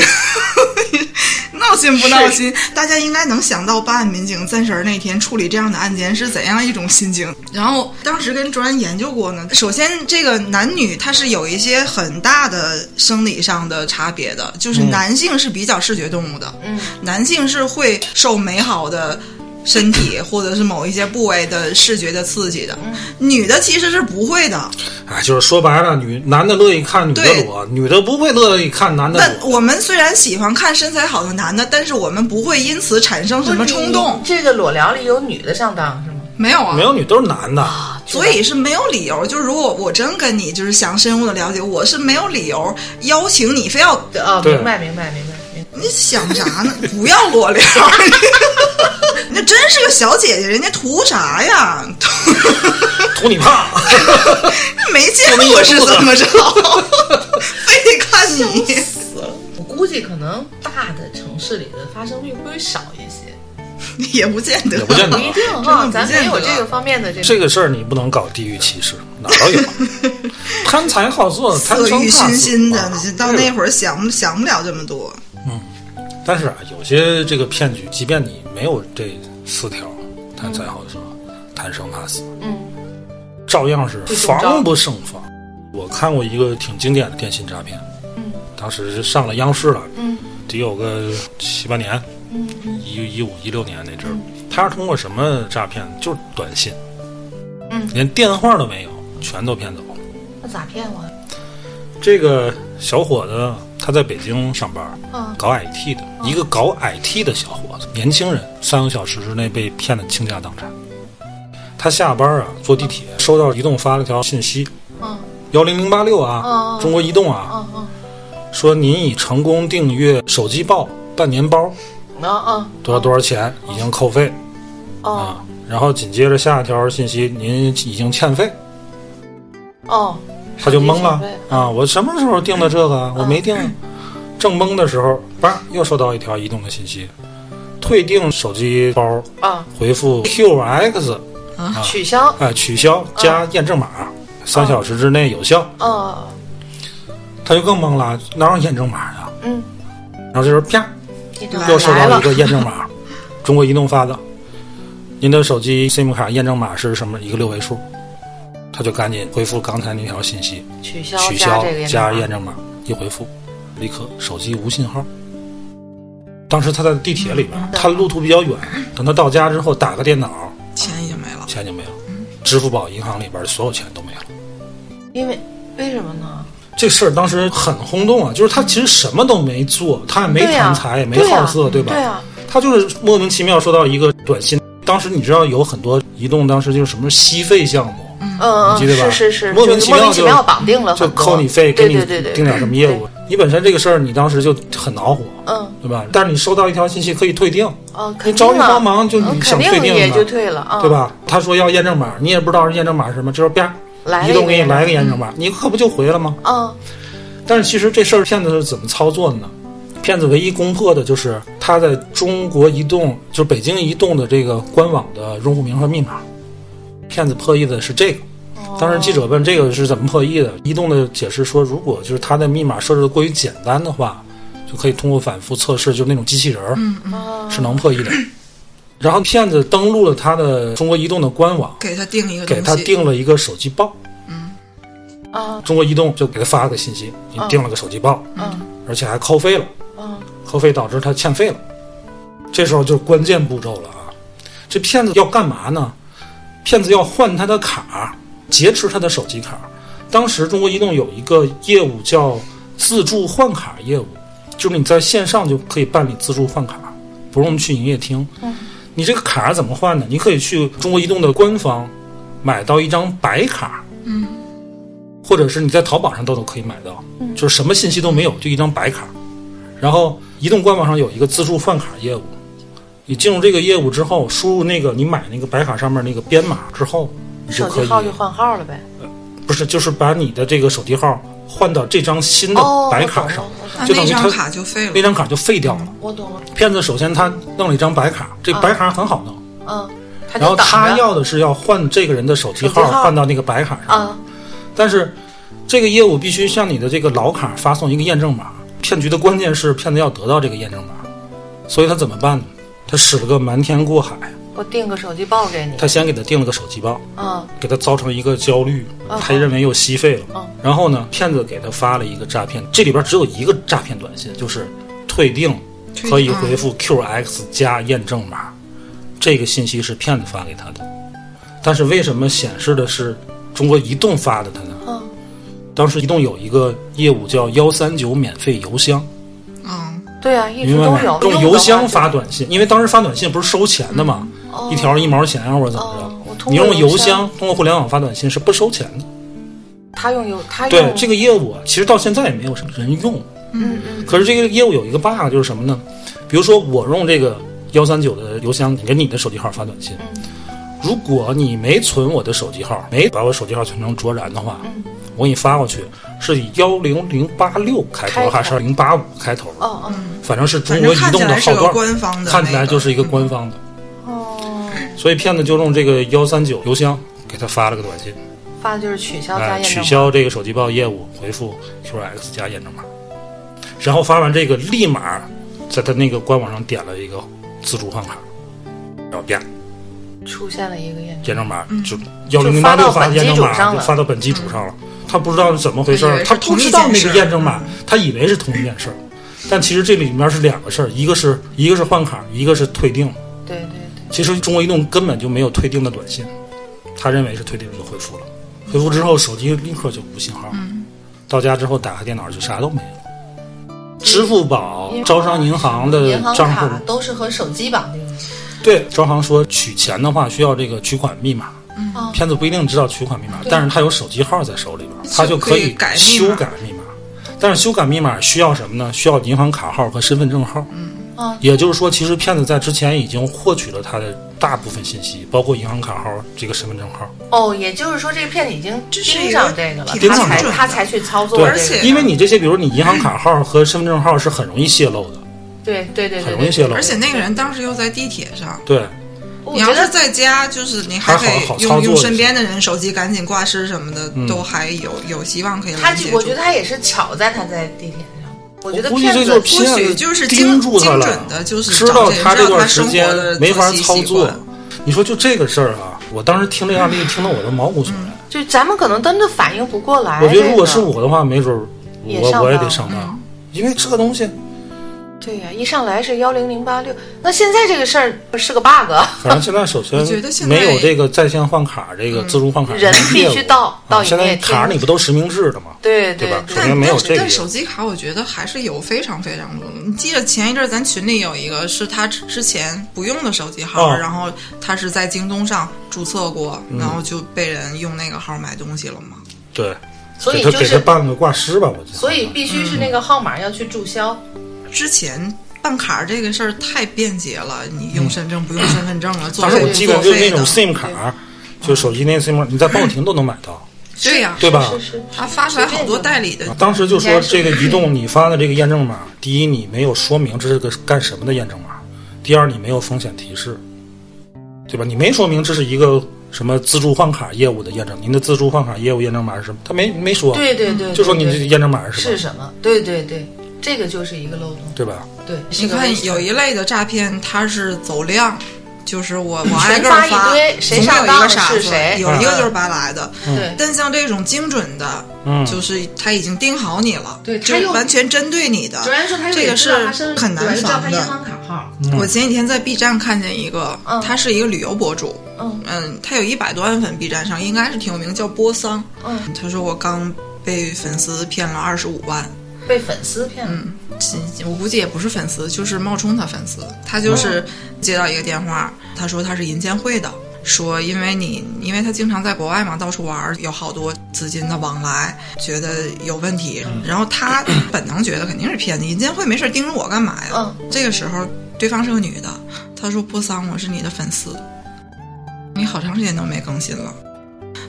[SPEAKER 1] 闹心不闹心？大家应该能想到办案民警三十儿那天处理这样的案件是怎样一种心情。然后当时跟卓然研究过呢，首先这个男女它是有一些很大的生理上的差别的，就是男性是比较视觉动物的，
[SPEAKER 2] 嗯，
[SPEAKER 1] 男性是会受美好的。身体或者是某一些部位的视觉的刺激的，女的其实是不会的。
[SPEAKER 3] 哎，就是说白了，女男的乐意看女的
[SPEAKER 1] 对
[SPEAKER 3] 裸，女的不会乐意看男的
[SPEAKER 1] 但
[SPEAKER 3] 裸。
[SPEAKER 1] 我们虽然喜欢看身材好的男的，但是我们不会因此产生什么冲动，
[SPEAKER 2] 这个裸聊里有女的上当是吗？
[SPEAKER 1] 没有啊
[SPEAKER 3] 没，有女都是男的，
[SPEAKER 1] 所以是没有理由。就是如果我真跟你就是想深入的了解，我是没有理由邀请你，非要
[SPEAKER 2] 哦，
[SPEAKER 3] 对
[SPEAKER 2] 明白明白明白明白，
[SPEAKER 1] 你想啥呢？不要裸聊， 那真是个小姐姐，人家图啥呀？
[SPEAKER 3] 图你 胖。
[SPEAKER 1] 没见过是 怎么着，非得看你。
[SPEAKER 2] 死了！我估计可能大的城市里的发生率会少一些，
[SPEAKER 1] 也不见得，
[SPEAKER 3] 也哦不见得啊
[SPEAKER 2] 不一定哈，
[SPEAKER 1] 真的
[SPEAKER 2] 咱
[SPEAKER 1] 不
[SPEAKER 2] 没
[SPEAKER 1] 见
[SPEAKER 2] 有
[SPEAKER 1] 得
[SPEAKER 2] 这个方面的这个。
[SPEAKER 3] 这个事儿你不能搞地域歧视，哪儿都有。 贪财好色，贪
[SPEAKER 1] 色
[SPEAKER 3] 生
[SPEAKER 1] 欲
[SPEAKER 3] 怕
[SPEAKER 1] 熏
[SPEAKER 3] 死
[SPEAKER 1] 心的
[SPEAKER 3] 啊，
[SPEAKER 1] 到那会儿想想不了这么多。
[SPEAKER 3] 但是啊，有些这个骗局，即便你没有这四条，贪财好色、贪生怕死，
[SPEAKER 2] 嗯
[SPEAKER 3] 照样是
[SPEAKER 2] 会中招
[SPEAKER 3] 防不胜防。我看过一个挺经典的电信诈骗，
[SPEAKER 2] 嗯
[SPEAKER 3] 当时是上了央视了，
[SPEAKER 2] 嗯
[SPEAKER 3] 得有个七八年，
[SPEAKER 2] 嗯
[SPEAKER 3] 一一五一六年那阵儿，他是通过什么诈骗？就是短信，
[SPEAKER 2] 嗯
[SPEAKER 3] 连电话都没有，全都骗走。
[SPEAKER 2] 那咋骗我？
[SPEAKER 3] 这个小伙子他在北京上班，
[SPEAKER 2] 嗯
[SPEAKER 3] 搞 IT 的，一个搞 IT 的小伙子，年轻人，三个小时之内被骗得倾家荡产。他下班啊，坐地铁，收到移动发了条信息，
[SPEAKER 2] 嗯
[SPEAKER 3] 幺零零八六
[SPEAKER 2] 嗯
[SPEAKER 3] 啊
[SPEAKER 2] 嗯，
[SPEAKER 3] 中国移动啊，
[SPEAKER 2] 嗯嗯
[SPEAKER 3] 说您已成功订阅手机报半年包，
[SPEAKER 2] 嗯嗯
[SPEAKER 3] 多少多少钱，已经扣费
[SPEAKER 2] 哦
[SPEAKER 3] 啊。然后紧接着下一条信息，您已经欠费，
[SPEAKER 2] 哦，
[SPEAKER 3] 他就懵了
[SPEAKER 2] 手机欠费
[SPEAKER 3] 啊！我什么时候订的这个
[SPEAKER 2] 嗯
[SPEAKER 3] 啊？我没订。正懵的时候，叭，又收到一条移动的信息，退订手机包
[SPEAKER 2] 啊
[SPEAKER 3] 回复 QX，
[SPEAKER 2] 哦取消
[SPEAKER 3] 哎，取消
[SPEAKER 2] 嗯
[SPEAKER 3] 加验证码，三小时之内有效。
[SPEAKER 2] 哦
[SPEAKER 3] 他就更懵了，哪有验证码呀？
[SPEAKER 2] 嗯，
[SPEAKER 3] 然后这时候啪，
[SPEAKER 2] 你这
[SPEAKER 3] 又收
[SPEAKER 2] 来
[SPEAKER 3] 到
[SPEAKER 2] 了
[SPEAKER 3] 一个验证码， 中国移动发的，您的手机 SIM 卡验证码是什么？一个六位数。他就赶紧回复刚才那条信息，
[SPEAKER 2] 取消
[SPEAKER 3] 取消
[SPEAKER 2] 这个
[SPEAKER 3] 加验
[SPEAKER 2] 证
[SPEAKER 3] 证码，一回复，立刻手机无信号。当时他在地铁里边，
[SPEAKER 2] 嗯
[SPEAKER 3] 他路途比较远，等他到家之后打个电脑，
[SPEAKER 1] 钱已经没了。
[SPEAKER 3] 钱就没了，
[SPEAKER 2] 嗯
[SPEAKER 3] 支付宝银行里边所有钱都没了。
[SPEAKER 2] 因为为什么呢？
[SPEAKER 3] 这事儿当时很轰动啊，就是他其实什么都没做，他也没
[SPEAKER 2] 对呀
[SPEAKER 3] 贪财，也没
[SPEAKER 2] 对呀
[SPEAKER 3] 好色，对吧？
[SPEAKER 2] 对啊，
[SPEAKER 3] 他就是莫名其妙收到一个短信，当时你知道有很多移动当时就是什么吸费项目，
[SPEAKER 2] 嗯嗯，
[SPEAKER 3] 你记得吧
[SPEAKER 2] 是是是，
[SPEAKER 3] 莫名
[SPEAKER 2] 就是
[SPEAKER 3] 其
[SPEAKER 2] 莫
[SPEAKER 3] 妙
[SPEAKER 2] 名其
[SPEAKER 3] 就
[SPEAKER 2] 妙绑定了
[SPEAKER 3] 就
[SPEAKER 2] 嗯很多，
[SPEAKER 3] 扣你费，给
[SPEAKER 2] 对
[SPEAKER 3] 你
[SPEAKER 2] 对对对，
[SPEAKER 3] 定点什么业务。你本身这个事儿你当时就很恼火，
[SPEAKER 2] 嗯
[SPEAKER 3] 对吧？但是你收到一条信息可以退订，
[SPEAKER 2] 嗯，肯
[SPEAKER 3] 你
[SPEAKER 2] 定
[SPEAKER 3] 找你
[SPEAKER 2] 啊
[SPEAKER 3] 帮忙就
[SPEAKER 2] 嗯
[SPEAKER 3] 你
[SPEAKER 2] 肯
[SPEAKER 3] 想退
[SPEAKER 2] 定
[SPEAKER 3] 订
[SPEAKER 2] 也就
[SPEAKER 3] 了。
[SPEAKER 2] 退了，嗯
[SPEAKER 3] 对？吧？他说要验证码，你也不知道是验证码是什么，这时候啪，
[SPEAKER 2] 来
[SPEAKER 3] 移
[SPEAKER 2] 了
[SPEAKER 3] 动给你
[SPEAKER 2] 一个
[SPEAKER 3] 来个验证码，你可不就回来了吗？
[SPEAKER 2] 嗯，
[SPEAKER 3] 但是其实这事儿骗子是怎么操作的呢？骗子唯一攻破的就是他在中国移动，就是北京移动的这个官网的用户名和密码。骗子破译的是这个。当时记者问这个是怎么破译的，移动的解释说，如果就是他的密码设置的过于简单的话，就可以通过反复测试，就那种机器人儿
[SPEAKER 2] 哦
[SPEAKER 3] 是能破译的。然后骗子登录了他的中国移动的官网，
[SPEAKER 1] 给他定一个
[SPEAKER 3] 给
[SPEAKER 1] 东西，嗯
[SPEAKER 3] 他定了一个手机报，
[SPEAKER 2] 啊
[SPEAKER 3] 中国移动就给他发了个信息，你定了个手机报，
[SPEAKER 2] 嗯
[SPEAKER 3] 而且还扣费了。
[SPEAKER 2] 嗯
[SPEAKER 3] 扣费导致他欠费了。这时候就是关键步骤了啊！这骗子要干嘛呢？骗子要换他的卡，劫持他的手机卡。当时中国移动有一个业务叫自助换卡业务，就是你在线上就可以办理自助换卡，不用去营业厅。
[SPEAKER 2] 嗯
[SPEAKER 3] 你这个卡怎么换呢？你可以去中国移动的官方买到一张白卡，
[SPEAKER 2] 嗯
[SPEAKER 3] 或者是你在淘宝上都都可以买到，
[SPEAKER 2] 嗯
[SPEAKER 3] 就是什么信息都没有，就一张白卡。然后移动官网上有一个自助换卡业务，你进入这个业务之后，输入那个你买那个白卡上面那个编码之后，你就
[SPEAKER 2] 手
[SPEAKER 3] 可
[SPEAKER 2] 机
[SPEAKER 3] 以
[SPEAKER 2] 号就换号了呗。
[SPEAKER 3] 不是就是把你的这个手机号换到这张新的
[SPEAKER 2] 哦，
[SPEAKER 3] 白卡上，
[SPEAKER 1] 那
[SPEAKER 3] 就等
[SPEAKER 1] 啊那
[SPEAKER 3] 于
[SPEAKER 1] 张
[SPEAKER 3] 他
[SPEAKER 1] 卡就废
[SPEAKER 3] 那
[SPEAKER 1] 了。
[SPEAKER 3] 张卡就废掉了。
[SPEAKER 2] 我懂了，
[SPEAKER 3] 骗子首先他弄了一张白卡，这白卡很好弄，
[SPEAKER 2] 我懂了，嗯，他
[SPEAKER 3] 然后
[SPEAKER 2] 啊就等
[SPEAKER 3] 他
[SPEAKER 2] 着
[SPEAKER 3] 要的是要换这个人的手机
[SPEAKER 2] 手
[SPEAKER 3] 号
[SPEAKER 2] 机号
[SPEAKER 3] 换到那个白卡上，
[SPEAKER 2] 啊，
[SPEAKER 3] 但是这个业务必须向你的这个老卡发送一个验证码。骗局的关键是骗子要得到这个验证码，所以他怎么办呢？他使了个瞒天过海，
[SPEAKER 2] 我订个手机报给你，
[SPEAKER 3] 他先给他定了个手机报，
[SPEAKER 2] 嗯
[SPEAKER 3] 给他造成一个焦虑，
[SPEAKER 2] 嗯
[SPEAKER 3] 他认为又吸费
[SPEAKER 2] 嗯
[SPEAKER 3] 了。然后呢，骗子给他发了一个诈骗，这里边只有一个诈骗短信，就是退订
[SPEAKER 1] 退
[SPEAKER 3] 可以回复 QX 加验证码，这个信息是骗子发给他的。但是为什么显示的是中国移动发的他呢？
[SPEAKER 2] 嗯
[SPEAKER 3] 当时移动有一个业务叫幺三九免费邮箱，
[SPEAKER 1] 嗯，
[SPEAKER 2] 对啊，一直
[SPEAKER 3] 明白
[SPEAKER 2] 都
[SPEAKER 3] 吗用
[SPEAKER 2] 有？用
[SPEAKER 3] 邮
[SPEAKER 2] 的
[SPEAKER 3] 箱
[SPEAKER 2] 话
[SPEAKER 3] 发短信，因为当时发短信不是收钱的嘛，
[SPEAKER 2] 哦
[SPEAKER 3] 一条一毛钱啊或者怎么着。
[SPEAKER 2] 哦，我通
[SPEAKER 3] 你
[SPEAKER 2] 过
[SPEAKER 3] 用邮
[SPEAKER 2] 箱，
[SPEAKER 3] 箱通过互联网发短信是不收钱的。
[SPEAKER 2] 他用邮，他
[SPEAKER 3] 对
[SPEAKER 2] 用
[SPEAKER 3] 这个业务啊，其实到现在也没有什么人用。
[SPEAKER 2] 嗯嗯
[SPEAKER 3] 可是这个业务有一个 bug 就是什么呢？比如说我用这个幺三九的邮箱给你的手机号发短信，
[SPEAKER 2] 嗯
[SPEAKER 3] 如果你没存我的手机号，没把我手机号存成卓然的话，
[SPEAKER 2] 嗯
[SPEAKER 3] 我给你发过去是以幺零零八六开
[SPEAKER 2] 开
[SPEAKER 3] 头
[SPEAKER 2] 头
[SPEAKER 3] 还是零八五开头啊的，
[SPEAKER 2] 哦哦
[SPEAKER 3] 反正是中
[SPEAKER 1] 反
[SPEAKER 3] 国
[SPEAKER 1] 正
[SPEAKER 3] 移
[SPEAKER 1] 看
[SPEAKER 3] 动
[SPEAKER 1] 起
[SPEAKER 3] 的
[SPEAKER 1] 来
[SPEAKER 3] 号
[SPEAKER 1] 是个
[SPEAKER 3] 段，
[SPEAKER 1] 官方的，
[SPEAKER 3] 看起来就是一个官方的。
[SPEAKER 2] 哦，
[SPEAKER 3] 所以骗子就用这个幺三九邮箱给他发了个短信，
[SPEAKER 2] 发的就是取消加
[SPEAKER 3] 哎，
[SPEAKER 2] 验证
[SPEAKER 3] 取
[SPEAKER 2] 码，
[SPEAKER 3] 消这个手机报业务，回复 QX 加验证码，然后发完这个，立马在他那个官网上点了一个自助换卡，然后啪，
[SPEAKER 2] 出现了一个验证
[SPEAKER 3] 验证码就幺零零八六发的验证码就发到本机主上了。他不知道是怎么回事
[SPEAKER 1] 他
[SPEAKER 3] 儿，
[SPEAKER 1] 以为是
[SPEAKER 3] 他不
[SPEAKER 1] 同一
[SPEAKER 3] 知
[SPEAKER 1] 件
[SPEAKER 3] 道那个
[SPEAKER 1] 事
[SPEAKER 3] 验证码，他以为是同一件事儿，但其实这里面是两个事儿，一个是一个是换卡，一个是退订。
[SPEAKER 2] 码，对对对，
[SPEAKER 3] 其实中国移动根本就没有退订的短信，他认为是退订就回复了，回复之后手机立刻就无信号，到家之后打开电脑就啥都没有。支付宝
[SPEAKER 2] 因为、
[SPEAKER 3] 招商银行的
[SPEAKER 2] 银行
[SPEAKER 3] 呃账户
[SPEAKER 2] 卡，都是和手机绑定的，
[SPEAKER 3] 对招商说取钱的话需要这个取款密码，
[SPEAKER 2] 哦
[SPEAKER 3] 骗子不一定知道取款密码，但是他有手机号在手里边，
[SPEAKER 1] 是
[SPEAKER 3] 他就可
[SPEAKER 1] 可以
[SPEAKER 3] 以
[SPEAKER 1] 改密码
[SPEAKER 3] 修改密码。但是修改密码需要什么呢？需要银行卡号和身份证号。
[SPEAKER 2] 哦
[SPEAKER 3] 也就是说，其实骗子在之前已经获取了他的大部分信息，包括银行卡号、这个身份证号。
[SPEAKER 2] 哦，也就是说这骗子已经
[SPEAKER 1] 这是一个
[SPEAKER 2] 盯上这个了，
[SPEAKER 1] 挺
[SPEAKER 2] 他
[SPEAKER 3] 准
[SPEAKER 2] 才
[SPEAKER 1] 的
[SPEAKER 2] 他才去操作
[SPEAKER 3] 对，
[SPEAKER 2] 这
[SPEAKER 1] 而
[SPEAKER 2] 个，
[SPEAKER 1] 且
[SPEAKER 3] 因为你这些，比如你银行卡号和身份证号是很容易泄露的，
[SPEAKER 2] 对对对
[SPEAKER 3] 很
[SPEAKER 2] 对
[SPEAKER 3] 容易
[SPEAKER 2] 对，
[SPEAKER 3] 泄露的。
[SPEAKER 1] 而且那个人当时又在地铁上。
[SPEAKER 3] 对，
[SPEAKER 2] 我
[SPEAKER 1] 你要
[SPEAKER 2] 觉
[SPEAKER 1] 是
[SPEAKER 2] 得
[SPEAKER 1] 在家，就是你还
[SPEAKER 3] 还好好
[SPEAKER 1] 得
[SPEAKER 3] 操作
[SPEAKER 1] 用用
[SPEAKER 3] 一下
[SPEAKER 1] 身边的人手机赶紧挂失什么的，
[SPEAKER 3] 嗯
[SPEAKER 1] 都还有有希望可以
[SPEAKER 2] 他
[SPEAKER 1] 拦截住。
[SPEAKER 2] 我觉得他也是巧在他在地铁上，我觉得
[SPEAKER 3] 我估计
[SPEAKER 2] 骗
[SPEAKER 3] 这
[SPEAKER 2] 子
[SPEAKER 3] 就是
[SPEAKER 1] 或
[SPEAKER 3] 骗
[SPEAKER 1] 许
[SPEAKER 3] 子
[SPEAKER 1] 就是
[SPEAKER 3] 盯
[SPEAKER 1] 精
[SPEAKER 3] 住他
[SPEAKER 1] 精
[SPEAKER 3] 了
[SPEAKER 1] 准的，就是
[SPEAKER 3] 知
[SPEAKER 1] 找
[SPEAKER 3] 道
[SPEAKER 1] 这人
[SPEAKER 3] 他
[SPEAKER 1] 知道
[SPEAKER 3] 段
[SPEAKER 1] 他
[SPEAKER 3] 时
[SPEAKER 1] 生
[SPEAKER 3] 间
[SPEAKER 1] 活的
[SPEAKER 3] 没法
[SPEAKER 1] 作息
[SPEAKER 3] 操
[SPEAKER 1] 习
[SPEAKER 3] 作
[SPEAKER 1] 惯。嗯
[SPEAKER 3] 你说就这个事儿啊，我当时听这案例，听得我都毛骨悚然。
[SPEAKER 2] 就咱们可能真的反应不过来。
[SPEAKER 3] 我觉得如果
[SPEAKER 2] 这
[SPEAKER 3] 是
[SPEAKER 2] 个
[SPEAKER 3] 我的话，没准儿
[SPEAKER 2] 也
[SPEAKER 3] 我
[SPEAKER 2] 上嗯
[SPEAKER 3] 我也得
[SPEAKER 2] 当
[SPEAKER 3] 上当，因为这个东西
[SPEAKER 2] 对呀、一上来是幺零零八六，那现在这个事儿是个 bug，
[SPEAKER 3] 反正现在首先
[SPEAKER 1] 我觉得现在嗯
[SPEAKER 3] 没有这个在线换卡这个自助换卡
[SPEAKER 2] 人必须到
[SPEAKER 3] 啊
[SPEAKER 2] 到
[SPEAKER 3] 现
[SPEAKER 2] 营业
[SPEAKER 3] 在
[SPEAKER 2] 厅
[SPEAKER 3] 卡里不都实名制的吗？
[SPEAKER 2] 对
[SPEAKER 3] 对吧
[SPEAKER 2] 对
[SPEAKER 3] 首先没有这个
[SPEAKER 1] 但
[SPEAKER 3] 业务
[SPEAKER 1] 但手机卡，我觉得还是有非常非常多的。你记得前一阵儿咱群里有一个是他之之前不用的手机号，
[SPEAKER 3] 哦嗯
[SPEAKER 1] 然后他是在京东上注册过，然后就被人用那个号买东西了嘛。
[SPEAKER 3] 对，
[SPEAKER 2] 所以
[SPEAKER 3] 给
[SPEAKER 2] 就
[SPEAKER 3] 他给
[SPEAKER 2] 是
[SPEAKER 3] 他办个挂失吧，我觉得。
[SPEAKER 2] 所以必须是那个号码要去注销。
[SPEAKER 1] 之前办卡这个事儿太便捷了，你用身份证不用身份证了，作
[SPEAKER 3] 嗯当时我
[SPEAKER 1] 废
[SPEAKER 3] 记
[SPEAKER 1] 作
[SPEAKER 3] 得就是那
[SPEAKER 1] 废
[SPEAKER 3] 种
[SPEAKER 1] 的。
[SPEAKER 3] SIM 卡，就手机那 SIM 卡，你在报亭都能买到。
[SPEAKER 1] 对呀、
[SPEAKER 3] 对吧
[SPEAKER 2] 是是是，
[SPEAKER 1] 他发出来好多代理的
[SPEAKER 3] 啊当时就说这个移动你发的这个验证码，第一你没有说明这是个干什么的验证码，第二你没有风险提示，对吧？你没说明这是一个什么自助换卡业务的验证，您的自助换卡业务验证码是什么？他没没说，
[SPEAKER 2] 对对对，
[SPEAKER 3] 嗯就说你
[SPEAKER 2] 对
[SPEAKER 3] 这验证码是什么，
[SPEAKER 2] 是什么？对对对，这个就是一个漏洞。
[SPEAKER 3] 对吧？
[SPEAKER 2] 对，是
[SPEAKER 1] 你
[SPEAKER 2] 个危
[SPEAKER 1] 看，
[SPEAKER 2] 险
[SPEAKER 1] 有一类的诈骗，它是走量，就是我我挨
[SPEAKER 2] 全
[SPEAKER 1] 个
[SPEAKER 2] 发
[SPEAKER 1] 儿
[SPEAKER 2] 一堆谁
[SPEAKER 1] 总
[SPEAKER 2] 上
[SPEAKER 1] 有一
[SPEAKER 2] 当
[SPEAKER 1] 个
[SPEAKER 2] 了
[SPEAKER 1] 傻
[SPEAKER 2] 是
[SPEAKER 1] 子
[SPEAKER 2] 谁，
[SPEAKER 1] 有一个就是白来的。
[SPEAKER 2] 对
[SPEAKER 1] 但像这种精准的，
[SPEAKER 3] 嗯
[SPEAKER 1] 就是他已经盯好你了，
[SPEAKER 4] 对
[SPEAKER 1] 就
[SPEAKER 4] 他
[SPEAKER 1] 是
[SPEAKER 4] 又
[SPEAKER 1] 完全针对你
[SPEAKER 3] 嗯
[SPEAKER 1] 的
[SPEAKER 4] 主。要人说他又
[SPEAKER 1] 这
[SPEAKER 4] 得
[SPEAKER 1] 个
[SPEAKER 4] 知道
[SPEAKER 1] 是
[SPEAKER 4] 他身
[SPEAKER 1] 很难
[SPEAKER 4] 对知道
[SPEAKER 1] 防
[SPEAKER 4] 他
[SPEAKER 1] 的
[SPEAKER 4] 银行卡号，
[SPEAKER 1] 我前几天在 B 站看见一个，
[SPEAKER 2] 嗯
[SPEAKER 1] 他是一个旅游博主，
[SPEAKER 2] 嗯
[SPEAKER 1] 嗯，他有一百多万粉，B 站上应该是挺有名，叫波桑。
[SPEAKER 2] 嗯，
[SPEAKER 1] 他说我刚被粉丝骗了二十五万，
[SPEAKER 2] 被粉丝骗了。
[SPEAKER 1] 嗯我估计也不是粉丝，就是冒充他粉丝。他就是接到一个电话，他说他是银监会的，说因为你，因为他经常在国外嘛，到处玩儿，有好多资金的往来，觉得有问题。然后他本能觉得肯定是骗子，银监会没事儿盯着我干嘛呀？
[SPEAKER 2] 嗯
[SPEAKER 1] 这个时候，对方是个女的，她说：“波桑，我是你的粉丝，你好长时间都没更新了。”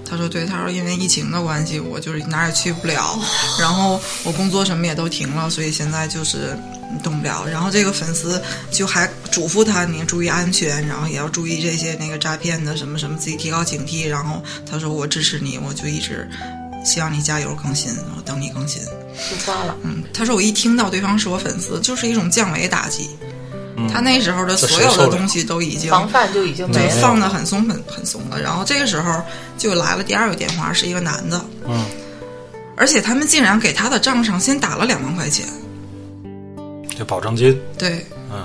[SPEAKER 1] 他说：“对，他说因为疫情的关系，我就是哪儿也去不了，然后我工作什么也都停了，所以现在就是嗯动不了。然后这个粉丝就还嘱咐他，你注意安全，然后也要注意这些那个诈骗的什么什么，自己提高警惕。然后他说我支持你，我就一直希望你加油更新，我等你更新。
[SPEAKER 2] 就挂了，
[SPEAKER 1] 嗯，他说我一听到对方是我粉丝，就是一种降维打击。
[SPEAKER 3] 嗯
[SPEAKER 1] 他那时候的
[SPEAKER 3] 这谁
[SPEAKER 1] 所有
[SPEAKER 3] 受
[SPEAKER 1] 的
[SPEAKER 3] 得了
[SPEAKER 1] 东西都已经
[SPEAKER 2] 防范就已经没
[SPEAKER 1] 就
[SPEAKER 2] 了。
[SPEAKER 1] 放的很松很很松了。然后这个时候就来了第二个电话，是一个男的，
[SPEAKER 3] 嗯，
[SPEAKER 1] 而且他们竟然给他的账上先打了两万块钱，
[SPEAKER 3] 这保证金，
[SPEAKER 1] 对，
[SPEAKER 3] 嗯，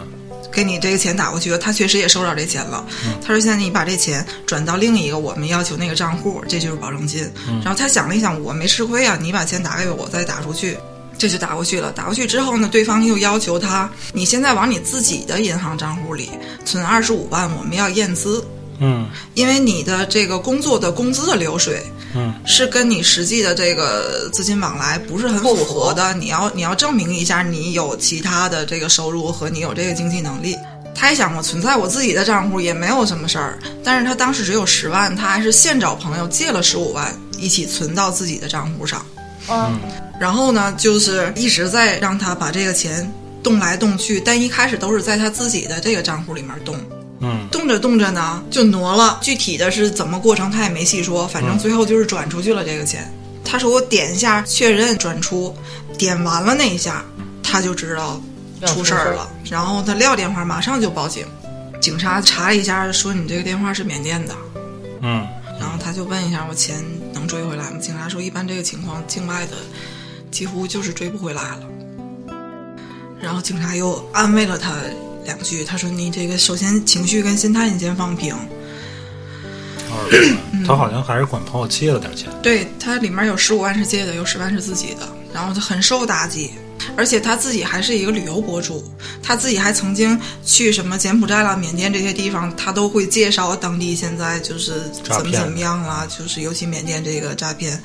[SPEAKER 1] 给你这个钱打过去了，他确实也收着这钱了。他说现在你把这钱转到另一个我们要求那个账户，这就是保证金。然后他想了一想，我没吃亏啊，你把钱打给我，我再打出去。这就打过去了，打过去之后呢，对方又要求他，你现在往你自己的银行账户里存二十五万，我们要验资。
[SPEAKER 3] 嗯
[SPEAKER 1] 因为你的这个工作的工资的流水
[SPEAKER 3] 嗯，
[SPEAKER 1] 是跟你实际的这个资金往来不是很符合的，你要你要证明一下你有其他的这个收入和你有这个经济能力。他也想过存在我自己的账户也没有什么事儿，但是他当时只有十万，他还是现找朋友借了十五万一起存到自己的账户上。
[SPEAKER 2] 嗯，
[SPEAKER 1] 然后呢，就是一直在让他把这个钱动来动去，但一开始都是在他自己的这个账户里面动。
[SPEAKER 3] 嗯，
[SPEAKER 1] 动着动着呢就挪了，具体的是怎么过程他也没细说，反正最后就是转出去了这个钱。他说我点一下确认转出，点完了那一下他就知道
[SPEAKER 2] 要
[SPEAKER 1] 出
[SPEAKER 2] 出
[SPEAKER 1] 事
[SPEAKER 2] 事
[SPEAKER 1] 儿
[SPEAKER 2] 儿
[SPEAKER 1] 了，然后他撂电话马上就报警，警察查了一下说你这个电话是缅甸的，
[SPEAKER 3] 嗯，
[SPEAKER 1] 然后他就问一下我钱能追回来吗？警察说一般这个情况境外的几乎就是追不回来了。然后警察又安慰了他两句，他说你这个首先情绪跟心态你先放平。
[SPEAKER 3] 25万他好像还是管朋友借了点钱，
[SPEAKER 1] 对，他里面有十五万是借的，有十万是自己的，然后他很受打击。而且他自己还是一个旅游博主，他自己还曾经去什么柬埔寨啦、缅甸这些地方，他都会介绍当地现在就是
[SPEAKER 3] 诈
[SPEAKER 1] 怎么
[SPEAKER 3] 骗
[SPEAKER 1] 怎么样啦，就是尤其缅甸这个诈骗，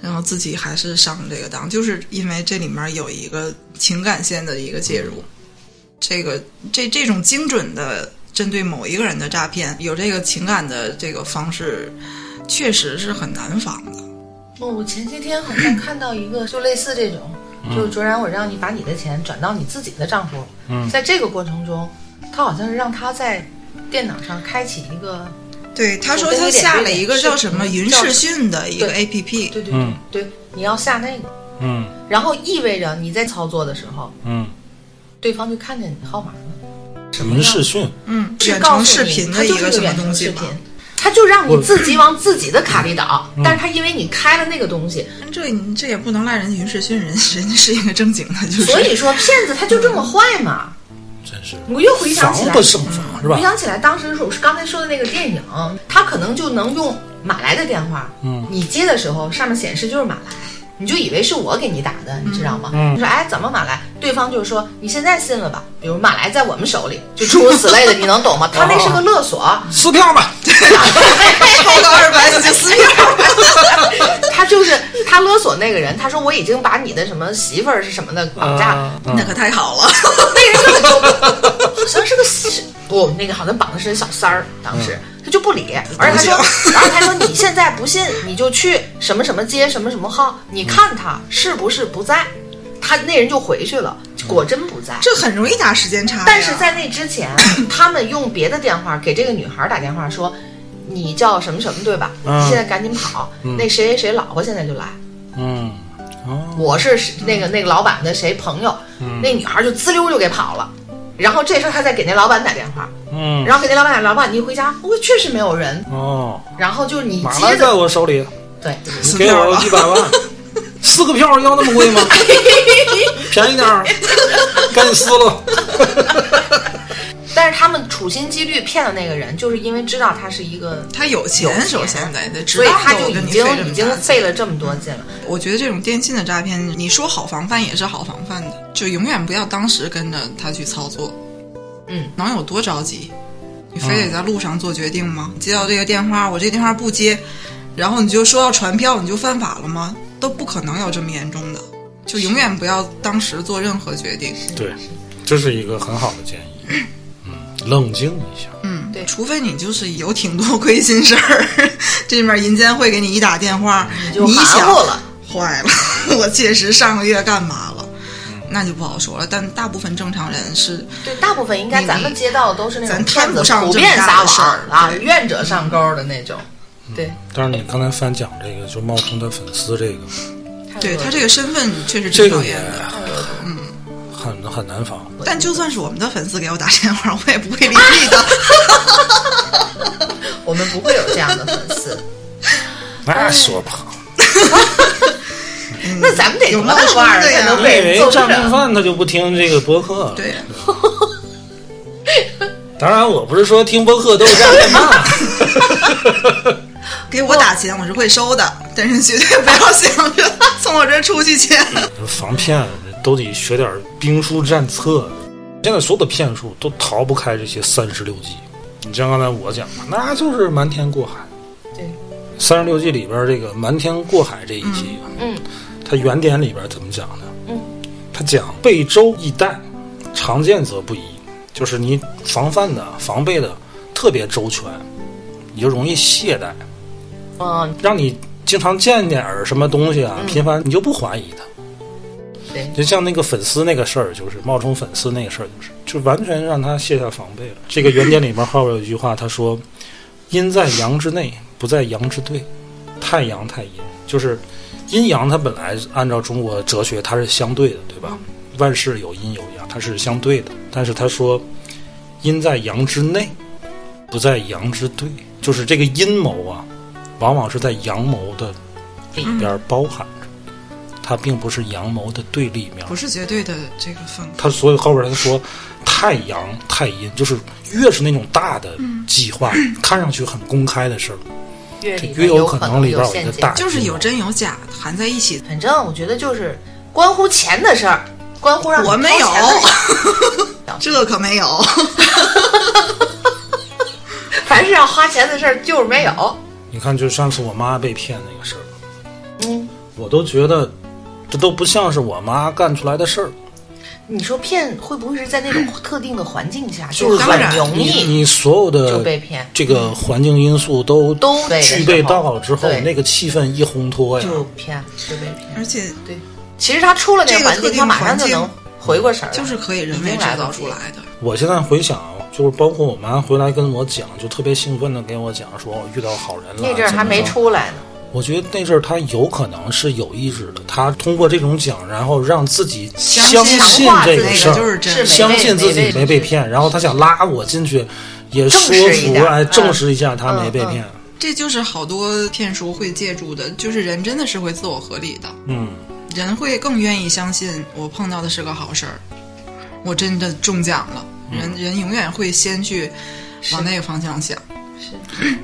[SPEAKER 1] 然后自己还是上了这个当，就是因为这里面有一个情感线的一个介入，
[SPEAKER 3] 嗯
[SPEAKER 1] 这个这这种精准的针对某一个人的诈骗，有这个情感的这个方式，确实是很难防的。
[SPEAKER 2] 哦，我前些天好 像看到一个，就类似这种，就卓然，我让你把你的钱转到你自己的账户。
[SPEAKER 3] 嗯
[SPEAKER 2] 在这个过程中，他好像是让他在电脑上开启一个，
[SPEAKER 1] 对，他说
[SPEAKER 2] 我觉得
[SPEAKER 1] 他
[SPEAKER 2] 有点
[SPEAKER 1] 下
[SPEAKER 2] 有
[SPEAKER 1] 了
[SPEAKER 2] 点
[SPEAKER 1] 一个叫什么
[SPEAKER 2] 是
[SPEAKER 1] 云
[SPEAKER 2] 叫
[SPEAKER 1] 视讯的一个
[SPEAKER 2] 对
[SPEAKER 1] APP，
[SPEAKER 2] 对对对、
[SPEAKER 3] 嗯
[SPEAKER 2] 对，你要下那个，
[SPEAKER 3] 嗯
[SPEAKER 2] 然后意味着你在操作的时候，
[SPEAKER 3] 嗯，
[SPEAKER 2] 对方就看见你的号码了。
[SPEAKER 3] 云视讯，
[SPEAKER 1] 嗯，
[SPEAKER 2] 是
[SPEAKER 1] 远
[SPEAKER 2] 告
[SPEAKER 1] 程
[SPEAKER 2] 诉
[SPEAKER 1] 视
[SPEAKER 2] 你
[SPEAKER 1] 频
[SPEAKER 2] 它
[SPEAKER 1] 的
[SPEAKER 2] 就
[SPEAKER 1] 一
[SPEAKER 2] 是
[SPEAKER 1] 个什么
[SPEAKER 2] 远程
[SPEAKER 1] 东西
[SPEAKER 2] 视
[SPEAKER 1] 吧
[SPEAKER 2] 频。，他就让你自己往自己的卡里倒，
[SPEAKER 3] 嗯
[SPEAKER 2] 但是他因为你开了那个东西，
[SPEAKER 1] 但嗯这你这也不能赖人云世勋，人人家是一个正经的，就是
[SPEAKER 2] 所以说骗子他就这么坏嘛。
[SPEAKER 3] 真是
[SPEAKER 2] 我又回想
[SPEAKER 3] 防
[SPEAKER 2] 起来
[SPEAKER 3] 不，胜防是吧
[SPEAKER 2] 回？想起来当时是我是刚才说的那个电影，他可能就能用马来的电话，
[SPEAKER 3] 嗯
[SPEAKER 2] 你接的时候上面显示就是马来。你就以为是我给你打的，你知道吗？
[SPEAKER 3] 嗯
[SPEAKER 2] 你说哎，怎么马来？对方就说你现在信了吧？比如马来在我们手里，就诸如此类的，你 能懂吗？他那是个勒索，啊
[SPEAKER 3] 撕票吧，
[SPEAKER 1] 报告二百就撕票。
[SPEAKER 2] 他就是他勒索那个人，他说我已经把你的什么媳妇儿是什么的绑架了，
[SPEAKER 3] 嗯
[SPEAKER 1] 那可太好了，
[SPEAKER 2] 那人根本就好像是个四不，那个好像绑的是小三儿，当时、他就不理，
[SPEAKER 1] 嗯
[SPEAKER 2] 而且他说，而且他说你现在不信，你就去什么什么街什么什么号，你看他是不是不在，他那人就回去了，果真不在。
[SPEAKER 1] 嗯这很容易打时间差呀。
[SPEAKER 2] 但是在那 之前，他们用别的电话给这个女孩打电话说，你叫什么什么对吧？
[SPEAKER 3] 嗯
[SPEAKER 2] 你现在赶紧跑，
[SPEAKER 1] 嗯
[SPEAKER 2] 那谁谁谁老婆现在就来。
[SPEAKER 3] 嗯，哦，
[SPEAKER 2] 我是谁那个那个老板的谁朋友，
[SPEAKER 3] 嗯
[SPEAKER 2] 那女孩就滋溜就给跑了。然后这时候他再给那老板打电话，
[SPEAKER 3] 嗯，
[SPEAKER 2] 然后给那老板打，老板你一回家，我确实没有人。
[SPEAKER 3] 哦，
[SPEAKER 2] 然后就是你
[SPEAKER 3] 马
[SPEAKER 2] 接
[SPEAKER 3] 来在
[SPEAKER 2] 的，
[SPEAKER 3] 我手里，
[SPEAKER 2] 对，
[SPEAKER 3] 你
[SPEAKER 1] 撕
[SPEAKER 3] 给
[SPEAKER 1] 票
[SPEAKER 3] 我
[SPEAKER 1] 了
[SPEAKER 3] 一百万，撕个票要那么 贵吗？便宜点儿，赶紧撕了。
[SPEAKER 2] 但是他们处心积虑骗的那个人，就是因为知道他是一个，
[SPEAKER 1] 他有
[SPEAKER 2] 有
[SPEAKER 1] 钱，
[SPEAKER 2] 钱
[SPEAKER 1] 首先得得知
[SPEAKER 2] 所以
[SPEAKER 1] 道
[SPEAKER 2] 他
[SPEAKER 1] 的
[SPEAKER 2] 就
[SPEAKER 1] 我跟
[SPEAKER 2] 已
[SPEAKER 1] 你费
[SPEAKER 2] 经
[SPEAKER 1] 这
[SPEAKER 2] 已
[SPEAKER 1] 么
[SPEAKER 2] 经
[SPEAKER 1] 大劲
[SPEAKER 2] 费了这么多劲了。
[SPEAKER 1] 我觉得这种电信的诈骗，你说好防范也是好防范的，就永远不要当时跟着他去操作。
[SPEAKER 2] 嗯，
[SPEAKER 1] 能有多着急？你非得在路上做决定吗？接到这个电话，我这个电话不接，然后你就说要传票，你就犯法了吗？都不可能有这么严重的，就永远不要当时做任何决定。
[SPEAKER 3] 对，这是一个很好的建议。嗯，冷静一下。
[SPEAKER 1] 嗯，
[SPEAKER 2] 对
[SPEAKER 1] 除非你就是有挺多亏心事儿， 这面银监会给你一打电话，
[SPEAKER 2] 就
[SPEAKER 1] 你
[SPEAKER 2] 含
[SPEAKER 1] 想
[SPEAKER 2] 糊了，
[SPEAKER 1] 坏了， 我确实上个月干嘛了，
[SPEAKER 3] 嗯
[SPEAKER 1] 那就不好说了。但大部分正常人是
[SPEAKER 2] 对，大部分应该
[SPEAKER 1] 你
[SPEAKER 2] 咱们接到的都是那种
[SPEAKER 1] 咱
[SPEAKER 2] 骗
[SPEAKER 1] 摊
[SPEAKER 2] 子
[SPEAKER 1] 不上
[SPEAKER 2] 普
[SPEAKER 1] 这么
[SPEAKER 2] 遍
[SPEAKER 1] 大
[SPEAKER 2] 撒
[SPEAKER 1] 的事儿
[SPEAKER 2] 网啊，
[SPEAKER 1] 对
[SPEAKER 2] 愿者上钩的那种。对，
[SPEAKER 3] 但是你刚才翻讲这个，就冒充他粉丝这个，
[SPEAKER 1] 对他这
[SPEAKER 2] 个
[SPEAKER 1] 个身份确实
[SPEAKER 3] 这
[SPEAKER 1] 挺讨
[SPEAKER 3] 个
[SPEAKER 1] 厌
[SPEAKER 3] 也
[SPEAKER 1] 的。
[SPEAKER 3] 很很难防。
[SPEAKER 1] 但就算是我们的粉丝给我打电话， 我也不会理你的。
[SPEAKER 2] 我们不会有这样的粉丝。嗯
[SPEAKER 3] 那说不好，
[SPEAKER 2] 那咱们得
[SPEAKER 1] 嗯有
[SPEAKER 2] 多大
[SPEAKER 1] 冒充
[SPEAKER 2] 腕儿
[SPEAKER 1] 的
[SPEAKER 2] 才
[SPEAKER 1] 呀
[SPEAKER 2] 能
[SPEAKER 3] 我
[SPEAKER 2] 被
[SPEAKER 3] 以
[SPEAKER 2] 人
[SPEAKER 3] 为
[SPEAKER 2] 揍
[SPEAKER 3] 战争
[SPEAKER 2] 着？
[SPEAKER 3] 犯他就不听这个播客了。
[SPEAKER 1] 对，
[SPEAKER 3] 当然我不是说听播客都是战争犯，
[SPEAKER 1] 给我打钱我是会收的，但是绝对不要想着 从我这儿出去钱。
[SPEAKER 3] 防骗都得学点兵书战策。现在所有的骗术都逃不开这些三十六计。你像刚才我讲的，那就是瞒天过海。
[SPEAKER 2] 对，
[SPEAKER 3] 三十六计里边这个瞒天过海这一计，啊
[SPEAKER 2] 嗯，
[SPEAKER 3] 它原点里边怎么讲呢？
[SPEAKER 2] 嗯，
[SPEAKER 3] 它讲备周易殆，常见则不一，就是你防范的、防备的特别周全，你就容易懈怠。
[SPEAKER 2] 嗯，
[SPEAKER 3] 让你经常见点儿什么东西啊，频繁你就不怀疑它。
[SPEAKER 2] 对，
[SPEAKER 3] 就像那个粉丝那个事儿，就是冒充粉丝那个事儿，就是就完全让他卸下防备了。这个原点里面后边有一句话，他说：“阴在阳之内，不在阳之对，太阳太阴。”就是阴阳，它本来按照中国哲学，它是相对的，对吧？万事有阴有阳，它是相对的。但是他说：“阴在阳之内，不在阳之对。”就是这个阴谋啊，往往是在阳谋的里边儿包含着，它并不是阳谋的对立面。
[SPEAKER 1] 不是绝对的这个分
[SPEAKER 3] 他所以后边他说太阳太阴，就是越是那种大的计划，看上去很公开的事儿，
[SPEAKER 2] 越
[SPEAKER 3] 这
[SPEAKER 2] 里
[SPEAKER 3] 越
[SPEAKER 2] 边有
[SPEAKER 3] 可
[SPEAKER 2] 可
[SPEAKER 3] 能里边
[SPEAKER 2] 有
[SPEAKER 3] 有一
[SPEAKER 2] 陷
[SPEAKER 3] 个
[SPEAKER 2] 阱。
[SPEAKER 3] 大阴谋，
[SPEAKER 1] 就是有真有假含在一起。
[SPEAKER 2] 反正我觉得就是关乎钱的事儿，关乎让你
[SPEAKER 1] 我没有
[SPEAKER 2] 掏钱的事儿，
[SPEAKER 1] 这可没有，
[SPEAKER 2] 凡是要花钱的事儿就是没有。
[SPEAKER 3] 你看，就上次我妈被骗那个事儿，
[SPEAKER 2] 嗯，
[SPEAKER 3] 我都觉得这都不像是我妈干出来的事儿。
[SPEAKER 2] 你说骗会不会是在那种特定的环境下，
[SPEAKER 3] 就是
[SPEAKER 2] 很
[SPEAKER 1] 当然
[SPEAKER 2] 容
[SPEAKER 3] 你
[SPEAKER 2] 易
[SPEAKER 3] 你所有的
[SPEAKER 2] 就被骗
[SPEAKER 3] 这个环境因素都
[SPEAKER 2] 都对的时候
[SPEAKER 3] 具备到了之后
[SPEAKER 2] 对，
[SPEAKER 3] 那个气氛一烘托呀，
[SPEAKER 2] 就骗就被骗？
[SPEAKER 1] 而且
[SPEAKER 2] 对，其实他出了那
[SPEAKER 1] 这个
[SPEAKER 2] 环
[SPEAKER 1] 特
[SPEAKER 2] 境，
[SPEAKER 1] 定
[SPEAKER 2] 他马上就
[SPEAKER 1] 环境
[SPEAKER 2] 能回过神儿来，
[SPEAKER 1] 就是可以人为制造出来的。
[SPEAKER 3] 我现在回想，就是包括我妈回来跟我讲，就特别兴奋的跟我讲说，我遇到好人了。
[SPEAKER 2] 那阵儿
[SPEAKER 3] 怎
[SPEAKER 2] 还
[SPEAKER 3] 么
[SPEAKER 2] 没
[SPEAKER 3] 着
[SPEAKER 2] 出来呢。
[SPEAKER 3] 我觉得那阵儿他有可能是有意识的，他通过这种奖，然后让自己相信
[SPEAKER 2] 强化
[SPEAKER 3] 这
[SPEAKER 2] 自己
[SPEAKER 3] 个
[SPEAKER 1] 那
[SPEAKER 3] 事
[SPEAKER 1] 个就是
[SPEAKER 3] 儿，
[SPEAKER 1] 真
[SPEAKER 2] 是
[SPEAKER 1] 的
[SPEAKER 2] 没
[SPEAKER 3] 相信自己没
[SPEAKER 2] 没被
[SPEAKER 3] 被骗，然后他想拉我进去，也
[SPEAKER 2] 证
[SPEAKER 3] 说
[SPEAKER 2] 实一
[SPEAKER 3] 服
[SPEAKER 2] 下
[SPEAKER 3] 哎，
[SPEAKER 2] 嗯
[SPEAKER 3] 证实一下他没被骗。
[SPEAKER 1] 这就是好多骗术会借助的，就是人真的是会自我合理的，
[SPEAKER 3] 嗯，
[SPEAKER 1] 人会更愿意相信我碰到的是个好事儿，我真的中奖了。
[SPEAKER 3] 嗯
[SPEAKER 1] 人人永远会先去往那个方向想，，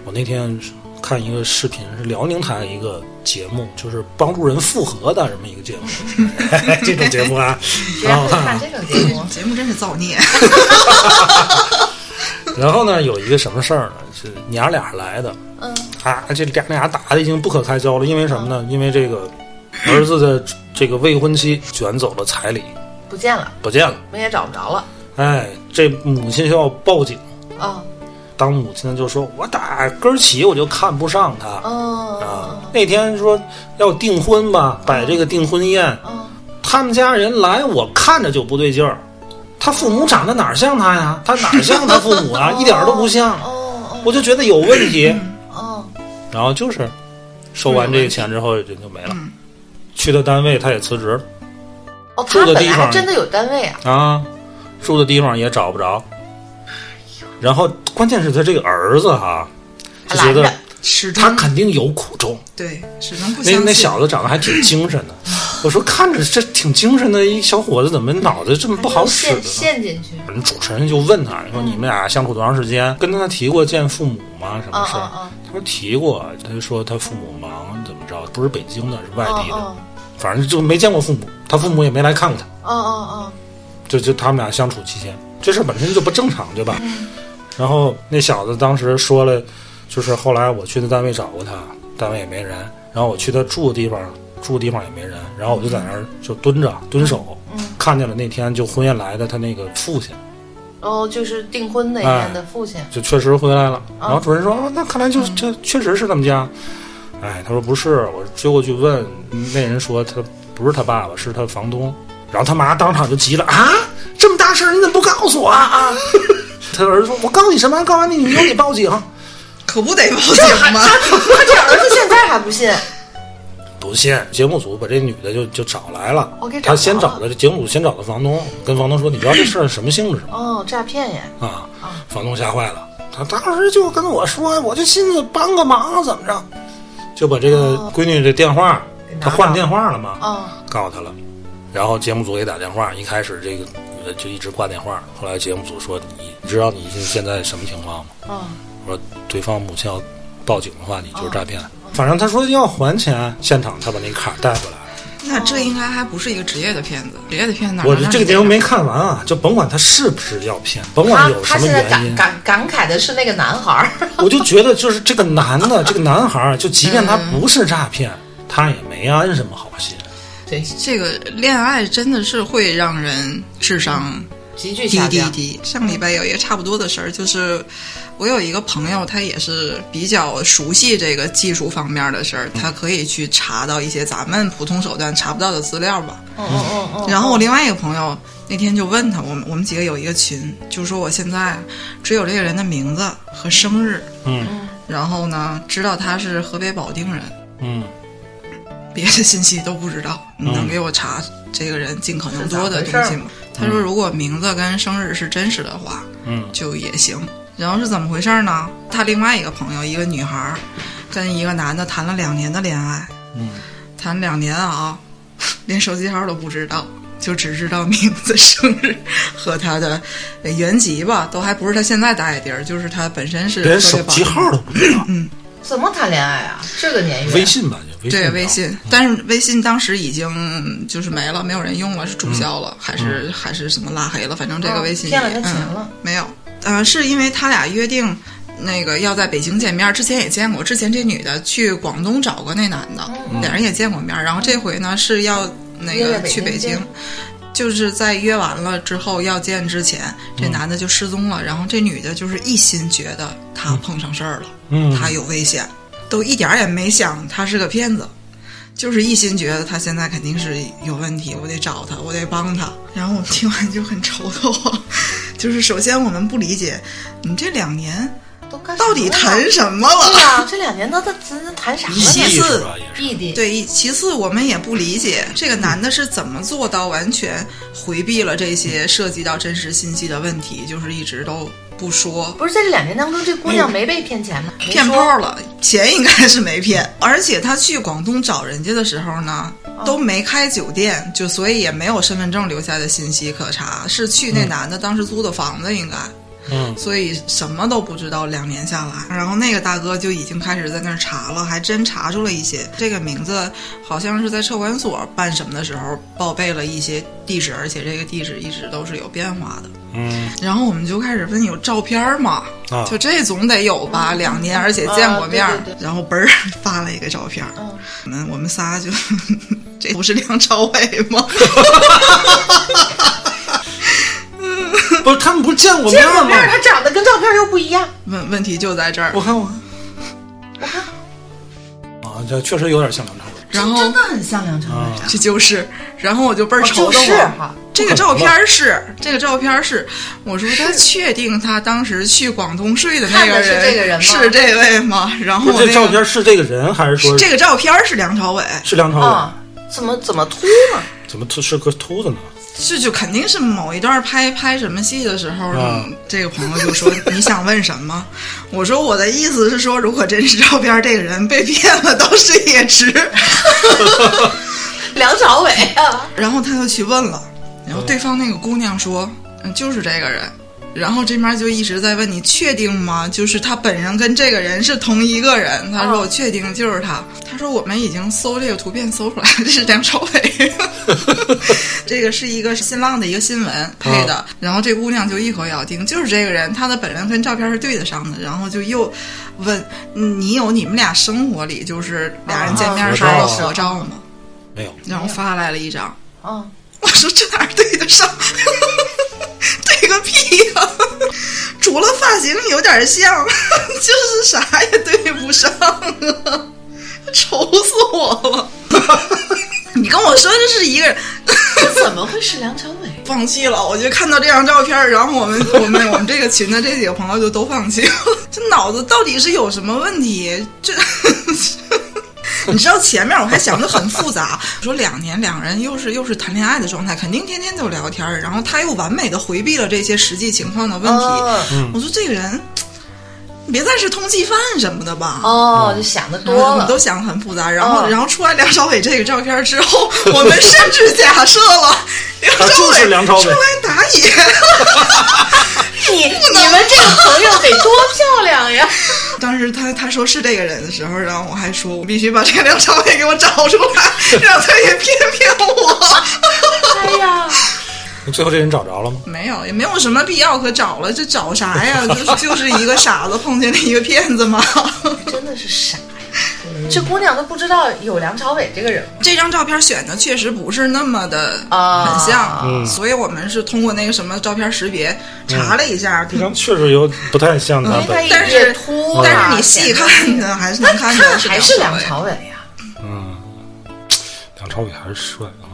[SPEAKER 3] 我那天看一个视频，是辽宁台一个节目，就是帮助人复合的这么一个节目， 这种节目啊，
[SPEAKER 2] 居
[SPEAKER 3] 然
[SPEAKER 2] 然
[SPEAKER 3] 后
[SPEAKER 2] 会看这种节目
[SPEAKER 1] 节目真是造孽。
[SPEAKER 3] 然后呢，有一个什么事儿呢？是娘俩来的，
[SPEAKER 2] 嗯，
[SPEAKER 3] 啊，这俩俩打的已经不可开交了，因为什么呢？因为这个儿子的这个未婚妻卷走了彩礼，
[SPEAKER 2] 不见了，
[SPEAKER 3] 不见了。
[SPEAKER 2] 我们也找不着了。
[SPEAKER 3] 哎，这母亲就要报警，
[SPEAKER 2] 哦，
[SPEAKER 3] 当母亲的就说：“我打根儿起我就看不上他啊
[SPEAKER 2] 哦，。
[SPEAKER 3] 那天说要订婚吧，摆这个订婚宴，
[SPEAKER 2] 哦，
[SPEAKER 3] 他们家人来，我看着就不对劲儿。他父母长得哪儿像他呀？他哪儿像他父 母啊？一点儿都不像，
[SPEAKER 2] 哦，
[SPEAKER 3] 我就觉得有问题。
[SPEAKER 1] 嗯
[SPEAKER 2] 哦，哦，
[SPEAKER 3] 然后就是收完这个钱之后，人就没了
[SPEAKER 1] 嗯。
[SPEAKER 3] 去的单位他也辞职
[SPEAKER 2] 哦，
[SPEAKER 3] 住
[SPEAKER 2] 他
[SPEAKER 3] 的
[SPEAKER 2] 本
[SPEAKER 3] 地
[SPEAKER 2] 来
[SPEAKER 3] 方
[SPEAKER 2] 还真的有单位啊。
[SPEAKER 3] 啊，住的地方也找不着。然后关键是他这个儿子哈，就觉
[SPEAKER 2] 拦
[SPEAKER 3] 得
[SPEAKER 2] 着
[SPEAKER 1] 始终
[SPEAKER 3] 他肯定有苦衷。
[SPEAKER 1] 对，始终嗯不相
[SPEAKER 3] 那
[SPEAKER 1] 信。
[SPEAKER 3] 那小子长得还挺精神的，我说看着这挺精神的一小伙子，怎么脑子这么不好使的
[SPEAKER 2] 陷
[SPEAKER 3] 呢？
[SPEAKER 2] 陷进去。
[SPEAKER 3] 人主持人就问他，说你们俩相处多长时间？跟他提过见父母吗？什么
[SPEAKER 2] 啊
[SPEAKER 3] 事
[SPEAKER 2] 啊
[SPEAKER 3] 儿？
[SPEAKER 2] 啊！
[SPEAKER 3] 他说提过，他就说他父母忙，怎么着？不是北京的，是外
[SPEAKER 2] 哦
[SPEAKER 3] 地的。
[SPEAKER 2] 哦
[SPEAKER 3] 反正就没见过父母，他父母也没来看过他，
[SPEAKER 2] 哦哦
[SPEAKER 3] 就就他们俩相处期间，这事儿本身就不正常，对吧？然后那小子当时说了，就是后来我去他单位找过他，单位也没人，然后我去他住的地方，住的地方也没人，然后我就在那儿就蹲着蹲守，看见了那天就婚宴来的他那个父亲，
[SPEAKER 2] 哦哦，就是订婚那天的 父亲。
[SPEAKER 3] 就确实回来了。然后主任说：“啊，那看来就
[SPEAKER 2] 嗯
[SPEAKER 3] 这确实是他们家。”哎，他说不是，我追过去问，那人说他不是他爸爸，是他房东。然后他妈当场就急了啊！这么大事儿你怎么不告诉我啊？ 啊他儿子说：“我告你什么？告完你你又得报警。
[SPEAKER 1] 可不得报警吗？
[SPEAKER 2] 他这儿子现在还不信，
[SPEAKER 3] 不信，节目组把这女的就就找来了。
[SPEAKER 2] 我给找
[SPEAKER 3] 他先
[SPEAKER 2] 着了
[SPEAKER 3] 找的这节目组先找的房东，跟房东说：“你知道这事儿什么性质吗？”
[SPEAKER 2] 哦，诈骗耶！
[SPEAKER 3] 啊，房东吓坏了，他当时就跟我说，我就寻思帮个忙，怎么着，就把这个闺女的电话，他换电话了嘛，
[SPEAKER 2] 哦
[SPEAKER 3] 告诉他了，然后节目组给打电话，一开始这个女的就一直挂电话，后来节目组说，你你知道你现在什么情况吗？
[SPEAKER 2] 哦
[SPEAKER 3] 我说对方母亲要报警的话，你就是诈骗，反正他说要还钱，现场他把那个卡带回来了。
[SPEAKER 1] 那这应该还不是一个职业的骗子，职业的骗子哪能
[SPEAKER 3] 我
[SPEAKER 1] 让
[SPEAKER 3] 这
[SPEAKER 1] 你
[SPEAKER 3] 个节目
[SPEAKER 1] 样
[SPEAKER 3] 没看完啊，就甭管他是不是要骗，甭
[SPEAKER 2] 他
[SPEAKER 3] 管有什
[SPEAKER 2] 他
[SPEAKER 3] 么
[SPEAKER 2] 现在
[SPEAKER 3] 原
[SPEAKER 2] 感
[SPEAKER 3] 因，
[SPEAKER 2] 感感慨的是那个男孩儿，
[SPEAKER 3] 我就觉得就是这个男 的，这个男孩儿，就即便他不是诈骗，
[SPEAKER 1] 嗯
[SPEAKER 3] 他也没安什么好心。
[SPEAKER 2] 对，
[SPEAKER 1] 这个恋爱真的是会让人智
[SPEAKER 3] 嗯
[SPEAKER 1] 商
[SPEAKER 2] 急剧
[SPEAKER 1] 低
[SPEAKER 2] 下
[SPEAKER 1] 低
[SPEAKER 2] 降。
[SPEAKER 1] 低。上礼拜有一个差不多的事儿，就是我有一个朋友，他也是比较熟悉这个技术方面的事儿，他可以去查到一些咱们普通手段查不到的资料吧。
[SPEAKER 2] 嗯嗯嗯嗯。
[SPEAKER 1] 然后我另外一个朋友那天就问他，我们我们几个有一个群，就说我现在只有这个人的名字和生日，
[SPEAKER 3] 嗯
[SPEAKER 1] 然后呢知道他是河北保定人，
[SPEAKER 3] 嗯，
[SPEAKER 1] 别的信息都不知道，你能
[SPEAKER 3] 嗯
[SPEAKER 1] 给我查这个人尽可能多的
[SPEAKER 2] 是咋
[SPEAKER 1] 东
[SPEAKER 2] 回
[SPEAKER 1] 西
[SPEAKER 2] 事儿
[SPEAKER 1] 吗？他说，如果名字跟生日是真实的话，
[SPEAKER 3] 嗯，
[SPEAKER 1] 就也行。然后是怎么回事儿呢？他另外一个朋友，一个女孩儿，跟一个男的谈了两年的恋爱，
[SPEAKER 3] 嗯，
[SPEAKER 1] 谈两年啊， 连手机号都不知道，就只知道名字、生日和他的原籍吧，都还不是他现在待的地儿，就是他本身是
[SPEAKER 3] 连
[SPEAKER 1] 河
[SPEAKER 3] 手
[SPEAKER 1] 北保
[SPEAKER 3] 机
[SPEAKER 1] 定
[SPEAKER 3] 号都不知道，
[SPEAKER 2] 怎么谈恋爱啊？这个年月，
[SPEAKER 3] 微信吧，就微信
[SPEAKER 1] 对
[SPEAKER 3] 吧
[SPEAKER 1] 微。信，但是微信当时已经就是没了，没有人用了，是注销了，还是、还是什么拉黑了？反正这个微信、
[SPEAKER 2] 哦骗了他钱了
[SPEAKER 1] 嗯，没有。呃，是因为他俩约定那个要在北京见面，之前也见过，之前这女的去广东找过那男的，俩人也见过面，然后这回呢是要那
[SPEAKER 2] 嗯约在
[SPEAKER 1] 个
[SPEAKER 2] 北
[SPEAKER 1] 去
[SPEAKER 2] 京
[SPEAKER 1] 北
[SPEAKER 2] 见
[SPEAKER 1] 京。就是在约完了之后要见之前，这
[SPEAKER 2] 嗯
[SPEAKER 1] 男的就失踪了，然后这女的就是一心觉得他碰上事儿了，
[SPEAKER 3] 嗯
[SPEAKER 1] 他有危险，都一点儿也没想他是个骗子，就是一心觉得他现在肯定是有问题，我得找他，我得帮他。然后我们 听完就很愁得慌，就是首先我们不理解，你这两年
[SPEAKER 2] 都干
[SPEAKER 1] 到底谈
[SPEAKER 2] 什
[SPEAKER 1] 什么了？
[SPEAKER 2] 么了？对呀，这两年他他咱咱谈啥了？
[SPEAKER 3] 异地
[SPEAKER 1] 其
[SPEAKER 3] 是
[SPEAKER 1] 次
[SPEAKER 3] 吧？也是
[SPEAKER 2] 异地，
[SPEAKER 1] 对，其次我们也不理解这个男的是怎么做到完全回避了这些涉及到真实信息的问题，就是一直都不说。
[SPEAKER 2] 不是在这两年当中，这姑娘没被骗钱吗？没
[SPEAKER 1] 骗
[SPEAKER 2] 说
[SPEAKER 1] 炮了，钱应该是没骗，而且他去广东找人家的时候呢，都没开酒店，就所以也没有身份证留下的信息可查，是去那男的当时租的房子应该，
[SPEAKER 3] 嗯，
[SPEAKER 1] 所以什么都不知道。两年下来，然后那个大哥就已经开始在那儿查了，还真查出了一些。这个名字好像是在车管所办什么的时候报备了一些地址，而且这个地址一直都是有变化的。
[SPEAKER 3] 嗯
[SPEAKER 1] 然后我们就开始问有照片吗？
[SPEAKER 3] 啊，
[SPEAKER 1] 就这总得有吧，两年而且见过面儿，
[SPEAKER 2] 啊对对
[SPEAKER 1] 然后嘣儿 发了一个照片儿，
[SPEAKER 2] 嗯
[SPEAKER 1] 我们我们仨就， 这不是梁朝伟吗？
[SPEAKER 3] 不是他们不是见过
[SPEAKER 2] 见
[SPEAKER 3] 面
[SPEAKER 2] 过
[SPEAKER 3] 吗？
[SPEAKER 2] 面儿他长得跟照片又不一样，
[SPEAKER 1] 问问题就在这儿
[SPEAKER 3] 我，看我看，
[SPEAKER 1] 啊
[SPEAKER 3] 我看啊，这确实有点像梁朝伟。
[SPEAKER 1] 然后
[SPEAKER 2] 真的很像梁朝伟
[SPEAKER 3] 啊
[SPEAKER 2] 啊。
[SPEAKER 1] 这就是，然后我就倍儿
[SPEAKER 2] 哦
[SPEAKER 1] 愁
[SPEAKER 2] 就
[SPEAKER 1] 得
[SPEAKER 2] 是
[SPEAKER 1] 慌。
[SPEAKER 2] 哈，
[SPEAKER 1] 这个照片儿是，这个照片儿是，我说他确定他当时去广东睡的那
[SPEAKER 2] 看
[SPEAKER 1] 个
[SPEAKER 2] 的是
[SPEAKER 1] 人
[SPEAKER 2] 这个人吗
[SPEAKER 1] 是这位吗？然后
[SPEAKER 3] 不
[SPEAKER 1] 我
[SPEAKER 3] 是
[SPEAKER 1] 那
[SPEAKER 3] 这
[SPEAKER 1] 个
[SPEAKER 3] 照片是这个人还是说
[SPEAKER 1] 这个照片儿是梁朝伟，
[SPEAKER 3] 是梁朝伟？
[SPEAKER 2] 啊，怎么怎么秃啊呢？
[SPEAKER 3] 怎么秃是个秃子呢？
[SPEAKER 1] 这就肯定是某一段拍拍什么戏的时候，
[SPEAKER 3] 啊
[SPEAKER 1] 这个朋友就说你想问什么？ 我说我的意思是说，如果真是照片，这个人被骗了都是也值。
[SPEAKER 2] 梁朝伟啊，
[SPEAKER 1] 然后他就去问了，
[SPEAKER 3] 嗯
[SPEAKER 1] 然后对方那个姑娘说，嗯，就是这个人。然后这边就一直在问你确定吗？就是他本人跟这个人是同一个人。他说
[SPEAKER 2] 哦
[SPEAKER 1] 我确定就是他。他说我们已经搜这个图片搜出来，这是梁朝 伟。这个是一个新浪的一个新
[SPEAKER 3] 啊
[SPEAKER 1] 闻配的。然后这姑娘就一口咬定就是这个人，他的本人跟照片是对得上的。然后就又问嗯你有你们俩生活里就是俩人见面的时候的
[SPEAKER 3] 啊合照
[SPEAKER 1] 合照吗？
[SPEAKER 3] 没有，
[SPEAKER 1] 然后发来了一张。
[SPEAKER 2] 嗯，
[SPEAKER 1] 我说这哪儿对得上？ 对个屁呀、除了发型有点像， 就是啥也对不上啊！ 愁死我了！ 你跟我说这是一个人，
[SPEAKER 2] 这怎么会是梁朝伟？
[SPEAKER 1] 放弃了。我就看到这张照片儿，然后我们 我们我们这个群的这几个朋友就都放弃了。这脑子到底是有什么问题？这。 你知道前面我还想的很复杂， 我说两年两人又是又是谈恋爱的状态，肯定天天就聊天儿，然后他又完美的回避了这些实际情况的问题。
[SPEAKER 2] 哦
[SPEAKER 1] 我说这个人，你别再是通缉犯什么的吧？
[SPEAKER 2] 哦，就想的多
[SPEAKER 1] 我们
[SPEAKER 2] 了
[SPEAKER 1] 都。想的很复杂。然后，
[SPEAKER 2] 嗯
[SPEAKER 1] 然后出来梁朝伟这个照片之 后，我们甚至假设了梁朝
[SPEAKER 3] 他
[SPEAKER 1] 伟
[SPEAKER 3] 就是梁朝伟
[SPEAKER 1] 出来打野。
[SPEAKER 2] 你 你们这个朋友得多漂亮呀！
[SPEAKER 1] 当时他他说是这个人的时候，然后我还说我必须把这个梁朝伟给我找出 来，让他也骗骗我。
[SPEAKER 2] 哎呀，
[SPEAKER 3] 最后这人找着了吗？
[SPEAKER 1] 没有，也没有什么必要可找了，这找啥呀？ 就就是一个傻子碰见了一个骗子嘛。
[SPEAKER 2] 真的是傻呀！啊这姑娘都不知道有梁朝伟这个人吗
[SPEAKER 1] 这张照片选的确实不是那么的
[SPEAKER 2] 啊
[SPEAKER 1] 很像，
[SPEAKER 3] 嗯
[SPEAKER 1] 所以我们是通过那个什么照片识别查了一下。
[SPEAKER 3] 这张确实有不太像他
[SPEAKER 2] 因为他
[SPEAKER 3] 本人。
[SPEAKER 2] 一
[SPEAKER 1] 但是
[SPEAKER 2] 直秃啊，
[SPEAKER 1] 但是哦你细看
[SPEAKER 2] 显
[SPEAKER 1] 呢， 还是
[SPEAKER 2] 得，
[SPEAKER 1] 能看出来
[SPEAKER 2] 看还是梁
[SPEAKER 1] 朝伟。
[SPEAKER 2] 朝伟啊呀。
[SPEAKER 3] 嗯，梁朝伟还是帅啊，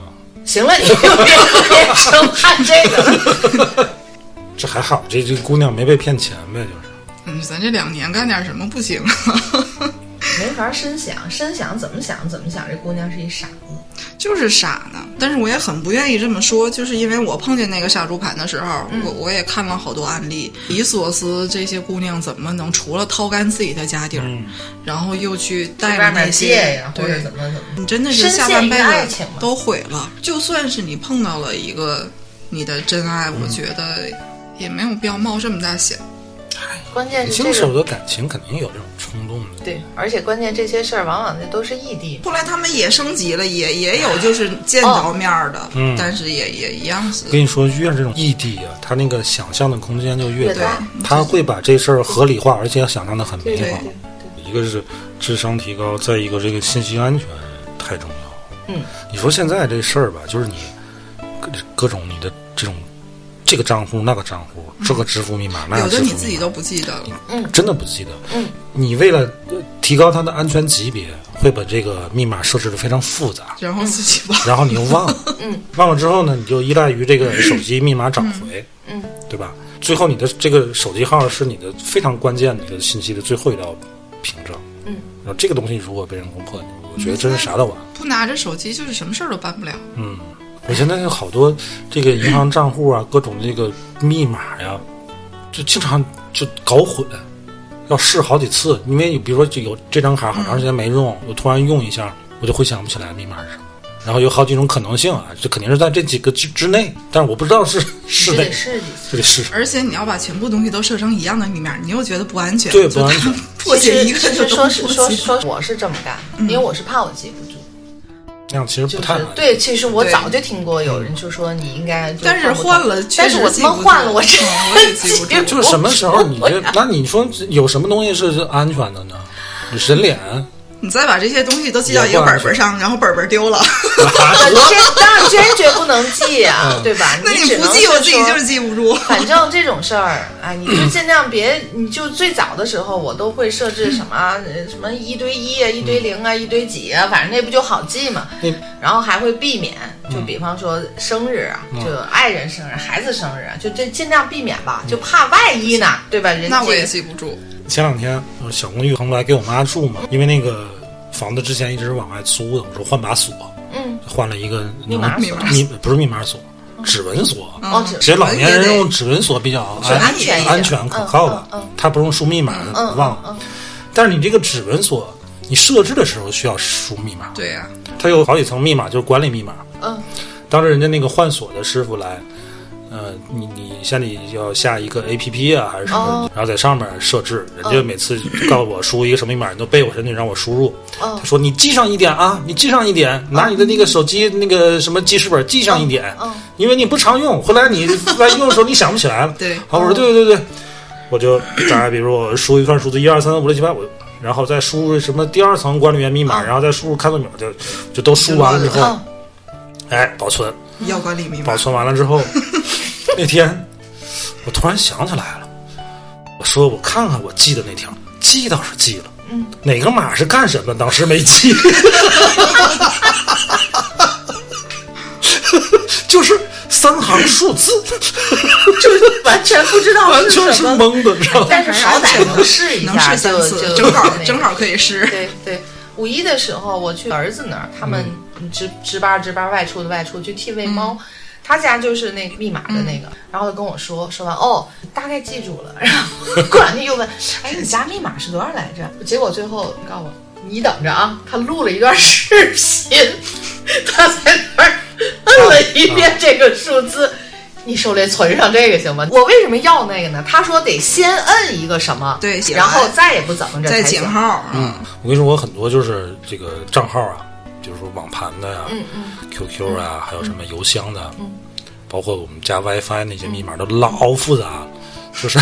[SPEAKER 2] 行了，你就别别生看这个了。
[SPEAKER 3] 这还好，这这姑娘没被骗钱呗，就是。
[SPEAKER 1] 嗯，咱这两年干点什么不行啊？
[SPEAKER 2] 没法深想，深想怎么想怎么想，这姑娘是一傻子。
[SPEAKER 1] 就是傻呢，但是我也很不愿意这么说，就是因为我碰见那个杀猪盘的时候，
[SPEAKER 2] 嗯
[SPEAKER 1] 我我也看了好多案例，以索斯这些姑娘怎么能除了掏干自己的家底儿，
[SPEAKER 3] 嗯，
[SPEAKER 1] 然后又去带
[SPEAKER 2] 外
[SPEAKER 1] 着
[SPEAKER 2] 面
[SPEAKER 1] 那
[SPEAKER 2] 借
[SPEAKER 1] 些
[SPEAKER 2] 呀，或者
[SPEAKER 1] 对
[SPEAKER 2] 怎，么怎么。
[SPEAKER 1] 你真的是
[SPEAKER 2] 深陷
[SPEAKER 1] 下半辈
[SPEAKER 2] 一个爱
[SPEAKER 1] 子
[SPEAKER 2] 情嘛
[SPEAKER 1] 都毁了。就算是你碰到了一个你的真爱，我觉得也没有必要冒这么大险。
[SPEAKER 2] 关键
[SPEAKER 3] 年
[SPEAKER 2] 是
[SPEAKER 3] 轻时
[SPEAKER 2] 这
[SPEAKER 3] 候
[SPEAKER 2] 个
[SPEAKER 3] 的感情肯定有这种冲动的。
[SPEAKER 2] 对，而且关键这些事儿往往那都是异地。
[SPEAKER 1] 后来他们也升级了，也也有就是见着面儿的，
[SPEAKER 3] 嗯
[SPEAKER 1] 但是也也一样是
[SPEAKER 3] 我跟你说，越是这种异地啊，他那个想象的空间就越
[SPEAKER 2] 越
[SPEAKER 3] 大
[SPEAKER 2] 大，
[SPEAKER 3] 他会把这事儿合理化，而且想象的很美
[SPEAKER 2] 对
[SPEAKER 3] 好
[SPEAKER 2] 对。
[SPEAKER 3] 一个是智商提高，再一个这个信息安全太重要。
[SPEAKER 2] 嗯，
[SPEAKER 3] 你说现在这事儿吧，就是你各各种你的这种这个账户那个账户，这个支付密码那
[SPEAKER 1] 有
[SPEAKER 3] 个支付
[SPEAKER 1] 的
[SPEAKER 3] 密
[SPEAKER 1] 你
[SPEAKER 3] 码，
[SPEAKER 1] 自己都不记得了。
[SPEAKER 3] 真的不记得。
[SPEAKER 2] 嗯，
[SPEAKER 3] 你为了呃提高它的安全级别，会把这个密码设置的非常复杂，
[SPEAKER 1] 然后自己忘。
[SPEAKER 3] 然后你又忘了。
[SPEAKER 2] 嗯，
[SPEAKER 3] 忘了之后呢，你就依赖于这个手机密码找回。
[SPEAKER 2] 嗯，
[SPEAKER 3] 对吧？最后你的这个手机号是你的非常关键的一个信息的最后一道屏障。
[SPEAKER 2] 嗯，
[SPEAKER 3] 然后这个东西如果被人攻破，我觉得真是啥都完。
[SPEAKER 1] 不拿着手机就是什么事儿都办不了。
[SPEAKER 3] 嗯，我现在有好多这个银行账户啊，各种这个密码呀、就经常就搞混，要试好几次。因为你比如说，就有这张卡好长时间没用，我突然用一下，我就回想不起来密码是什么。然后有好几种可能性啊，这肯定是在这几个之之内，但是我不知道是是
[SPEAKER 2] 你
[SPEAKER 3] 哪
[SPEAKER 2] 得
[SPEAKER 3] 个，
[SPEAKER 2] 试几 次。
[SPEAKER 3] 这得试试。
[SPEAKER 1] 而且你要把全部东西都设成一样的密码，你又觉得不安全，
[SPEAKER 3] 对不
[SPEAKER 1] 就
[SPEAKER 3] 安
[SPEAKER 1] 它
[SPEAKER 3] 全
[SPEAKER 1] 破解一
[SPEAKER 2] 其
[SPEAKER 1] 个
[SPEAKER 2] 实其
[SPEAKER 1] 就都
[SPEAKER 2] 实说
[SPEAKER 1] 破
[SPEAKER 2] 是
[SPEAKER 1] 解。
[SPEAKER 2] 说说我是这么干，
[SPEAKER 1] 嗯
[SPEAKER 2] 因为我是怕我记不住，
[SPEAKER 3] 那样其实
[SPEAKER 2] 就
[SPEAKER 3] 不太
[SPEAKER 2] 是
[SPEAKER 3] 好。嗯
[SPEAKER 2] 对，其实我
[SPEAKER 1] 对
[SPEAKER 2] 早就听过有人就说你应该就
[SPEAKER 1] 但是
[SPEAKER 2] 不
[SPEAKER 1] 换
[SPEAKER 2] 懂
[SPEAKER 1] 了，
[SPEAKER 2] 但是我他妈换了，我
[SPEAKER 1] 这
[SPEAKER 2] 真
[SPEAKER 1] 嗯我也记不住。
[SPEAKER 3] 就是什么时候 你这？那你说有什么东西是是安全的呢？你人 脸，
[SPEAKER 1] 你再把这些东西都记到一个本本上，然后本本丢了，
[SPEAKER 2] 坚当然坚决不能记
[SPEAKER 3] 嗯
[SPEAKER 2] 啊，对吧？
[SPEAKER 1] 那
[SPEAKER 2] 只
[SPEAKER 1] 你不
[SPEAKER 2] 能
[SPEAKER 1] 记，我
[SPEAKER 2] 是
[SPEAKER 1] 自己
[SPEAKER 2] 说
[SPEAKER 1] 就是记不住。
[SPEAKER 2] 反正这种事儿，哎，你就尽量别，你就最早的时候，我都会设置什么呃什么一堆一啊、一堆零啊、一堆几啊，反正那不就好记嘛
[SPEAKER 3] 嗯。
[SPEAKER 2] 然后还会避免，就比方说生日啊，就爱人生日、孩子生日啊，就这尽量避免吧，就怕万一呢，对吧？人
[SPEAKER 1] 那我
[SPEAKER 2] 这
[SPEAKER 1] 也
[SPEAKER 2] 个
[SPEAKER 1] 记不住。
[SPEAKER 3] 前两天呃小公寓横来给我妈住嘛，因为那个房子之前一直往外租的，我说换把锁，
[SPEAKER 2] 嗯，
[SPEAKER 3] 换了一个
[SPEAKER 2] 密码
[SPEAKER 3] 密
[SPEAKER 2] 锁
[SPEAKER 3] 密不是密码锁，指纹锁。
[SPEAKER 1] 嗯
[SPEAKER 2] 哦，
[SPEAKER 3] 其
[SPEAKER 2] 只
[SPEAKER 3] 实老年
[SPEAKER 1] 指纹也
[SPEAKER 3] 人
[SPEAKER 1] 得
[SPEAKER 3] 用指纹锁比较安
[SPEAKER 2] 安全一点
[SPEAKER 3] 安全可靠吧
[SPEAKER 2] 嗯嗯嗯，
[SPEAKER 3] 他不用输密码，
[SPEAKER 2] 嗯
[SPEAKER 3] 忘了。
[SPEAKER 2] 嗯
[SPEAKER 3] 但是你这个指纹锁，你设置的时候需要输密码，
[SPEAKER 1] 对呀、
[SPEAKER 3] 它有好几层密码，就是管理密码。
[SPEAKER 2] 嗯
[SPEAKER 3] 当时人家那个换锁的师傅来，呃，你你像你要下一个 A P P 啊，还是什么，
[SPEAKER 2] 哦
[SPEAKER 3] 然后在上面设置，人家每次告诉我输一个什么密码，你都背我身去让我输入。
[SPEAKER 2] 嗯
[SPEAKER 3] 他说你记上一点啊，你记上一
[SPEAKER 2] 哦
[SPEAKER 3] 点，拿你的那个手机那个什么记事本记上一点，
[SPEAKER 2] 嗯嗯
[SPEAKER 3] 因为你不常用，后来你万一用的时候你想不起来了。
[SPEAKER 1] 对
[SPEAKER 3] 好，我
[SPEAKER 2] 哦
[SPEAKER 3] 说对对对，我就大家比如我输一串数字一二三四五六七八，我然后再输入什么第二层管理员密码，
[SPEAKER 2] 嗯
[SPEAKER 3] 然后再输入开拓秒，就就都输完了之后，
[SPEAKER 2] 嗯，
[SPEAKER 3] 哎，保存。
[SPEAKER 1] 要管理密码
[SPEAKER 3] 保。存完了之 后，那天我突然想起来了，我说我看看我记的那条，记倒是记了，
[SPEAKER 2] 嗯，
[SPEAKER 3] 哪个码是干什么，当时没 记，就是三行数字，
[SPEAKER 2] 就是 完全不知 道
[SPEAKER 3] 完全是
[SPEAKER 2] 是什么。
[SPEAKER 3] 懵的，你知道吗？
[SPEAKER 2] 但是好歹能试一
[SPEAKER 1] 能
[SPEAKER 2] 下，
[SPEAKER 1] 试三
[SPEAKER 2] 就
[SPEAKER 1] 次，
[SPEAKER 2] 就
[SPEAKER 1] 正好
[SPEAKER 2] 那个
[SPEAKER 1] 正好可以 试。
[SPEAKER 2] 对对，五一的时候我去儿子那儿，他们
[SPEAKER 1] 嗯
[SPEAKER 2] 嗯值值班值班，外出的外出，去替喂猫。他家就是那个密码的
[SPEAKER 1] 嗯
[SPEAKER 2] 那个，然后他跟我说，说完哦，大概记住了。然后过两天又 问，哎，你家密码是多少来着？结果最后告诉我，你等着啊，他录了一段视频，他在那儿摁了一
[SPEAKER 1] 啊
[SPEAKER 2] 遍这个数字。你手里存上这个行吗？我为什么要那个呢？他说得先摁一个什么，
[SPEAKER 1] 对写完
[SPEAKER 2] 然后再也不怎么着才
[SPEAKER 1] 再
[SPEAKER 2] 行
[SPEAKER 1] 减。号，嗯，
[SPEAKER 3] 我跟你说，我很多就是这个账号啊，比如说网盘的呀、QQ
[SPEAKER 2] 嗯
[SPEAKER 3] 啊，还有什么邮箱的，包括我们家 WiFi 那些密码都老复杂了，就是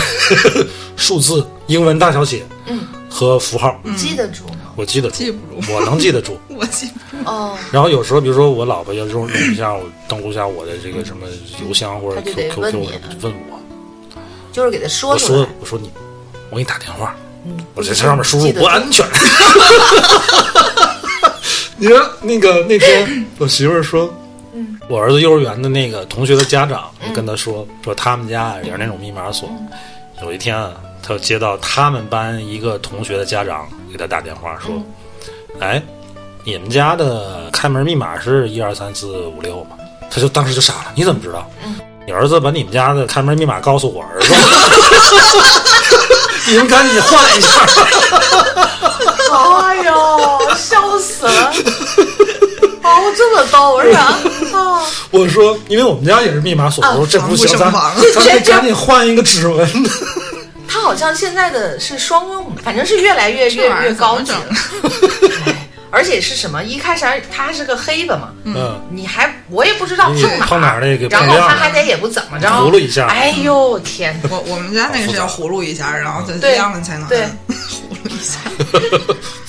[SPEAKER 3] 数字、英文大小写，
[SPEAKER 2] 嗯
[SPEAKER 3] 和符号，
[SPEAKER 2] 记得住吗？
[SPEAKER 1] 嗯
[SPEAKER 3] 我记得住，
[SPEAKER 1] 记不 住
[SPEAKER 3] 我能记得住。
[SPEAKER 1] 我记不住。
[SPEAKER 2] 哦，
[SPEAKER 3] 然后有时候，比如说我老婆要用用一下我登录一下我的这个什么邮箱或者
[SPEAKER 2] 她就得
[SPEAKER 3] QQ，
[SPEAKER 2] 问你啊
[SPEAKER 3] 问我，
[SPEAKER 2] 就是给他说
[SPEAKER 3] 我
[SPEAKER 2] 出
[SPEAKER 3] 说
[SPEAKER 2] 来。嗯
[SPEAKER 3] 我说你，我给你打电话，我在这上面输入
[SPEAKER 2] 记得
[SPEAKER 3] 不安全。 你说那个那天我媳妇儿说，
[SPEAKER 2] 嗯
[SPEAKER 3] 我儿子幼儿园的那个同学的家长跟他说，说他们家啊也是那种密码锁，
[SPEAKER 2] 嗯
[SPEAKER 3] 有一天啊，他接到他们班一个同学的家长给他打电话
[SPEAKER 2] 嗯
[SPEAKER 3] 说，哎，你们家的开门密码是一二三四五六吗？他就当时就傻了，你怎么知道？
[SPEAKER 2] 嗯
[SPEAKER 3] 你儿子把你们家的开门密码告诉我儿子，你们赶紧换一下。
[SPEAKER 2] 哎呦，笑死 了！哦，这么逗是吧？啊，
[SPEAKER 3] 我说，因为我们家也是密码锁，我说这不行，咱
[SPEAKER 1] 防不胜防
[SPEAKER 3] 咱得赶紧换一个指纹。
[SPEAKER 2] 它好像现在的是双用的，反正是越来越越
[SPEAKER 1] 这玩意儿
[SPEAKER 2] 越高级
[SPEAKER 1] 怎
[SPEAKER 2] 了
[SPEAKER 1] 么。
[SPEAKER 2] 哎而且是什么？一开始还它还是个黑的嘛，
[SPEAKER 3] 嗯，
[SPEAKER 2] 你还我也不知道
[SPEAKER 3] 你
[SPEAKER 2] 碰哪
[SPEAKER 3] 碰哪儿那个
[SPEAKER 2] 然
[SPEAKER 3] 碰
[SPEAKER 2] 后
[SPEAKER 3] 亮
[SPEAKER 2] 它
[SPEAKER 3] 了
[SPEAKER 2] 还得也不怎么着，
[SPEAKER 3] 葫芦一下
[SPEAKER 2] 哎呦 天哪！
[SPEAKER 1] 我我们家那个是要葫芦一下，然后再
[SPEAKER 3] 嗯
[SPEAKER 2] 对
[SPEAKER 1] 亮了才能
[SPEAKER 2] 对
[SPEAKER 1] 按葫芦一下。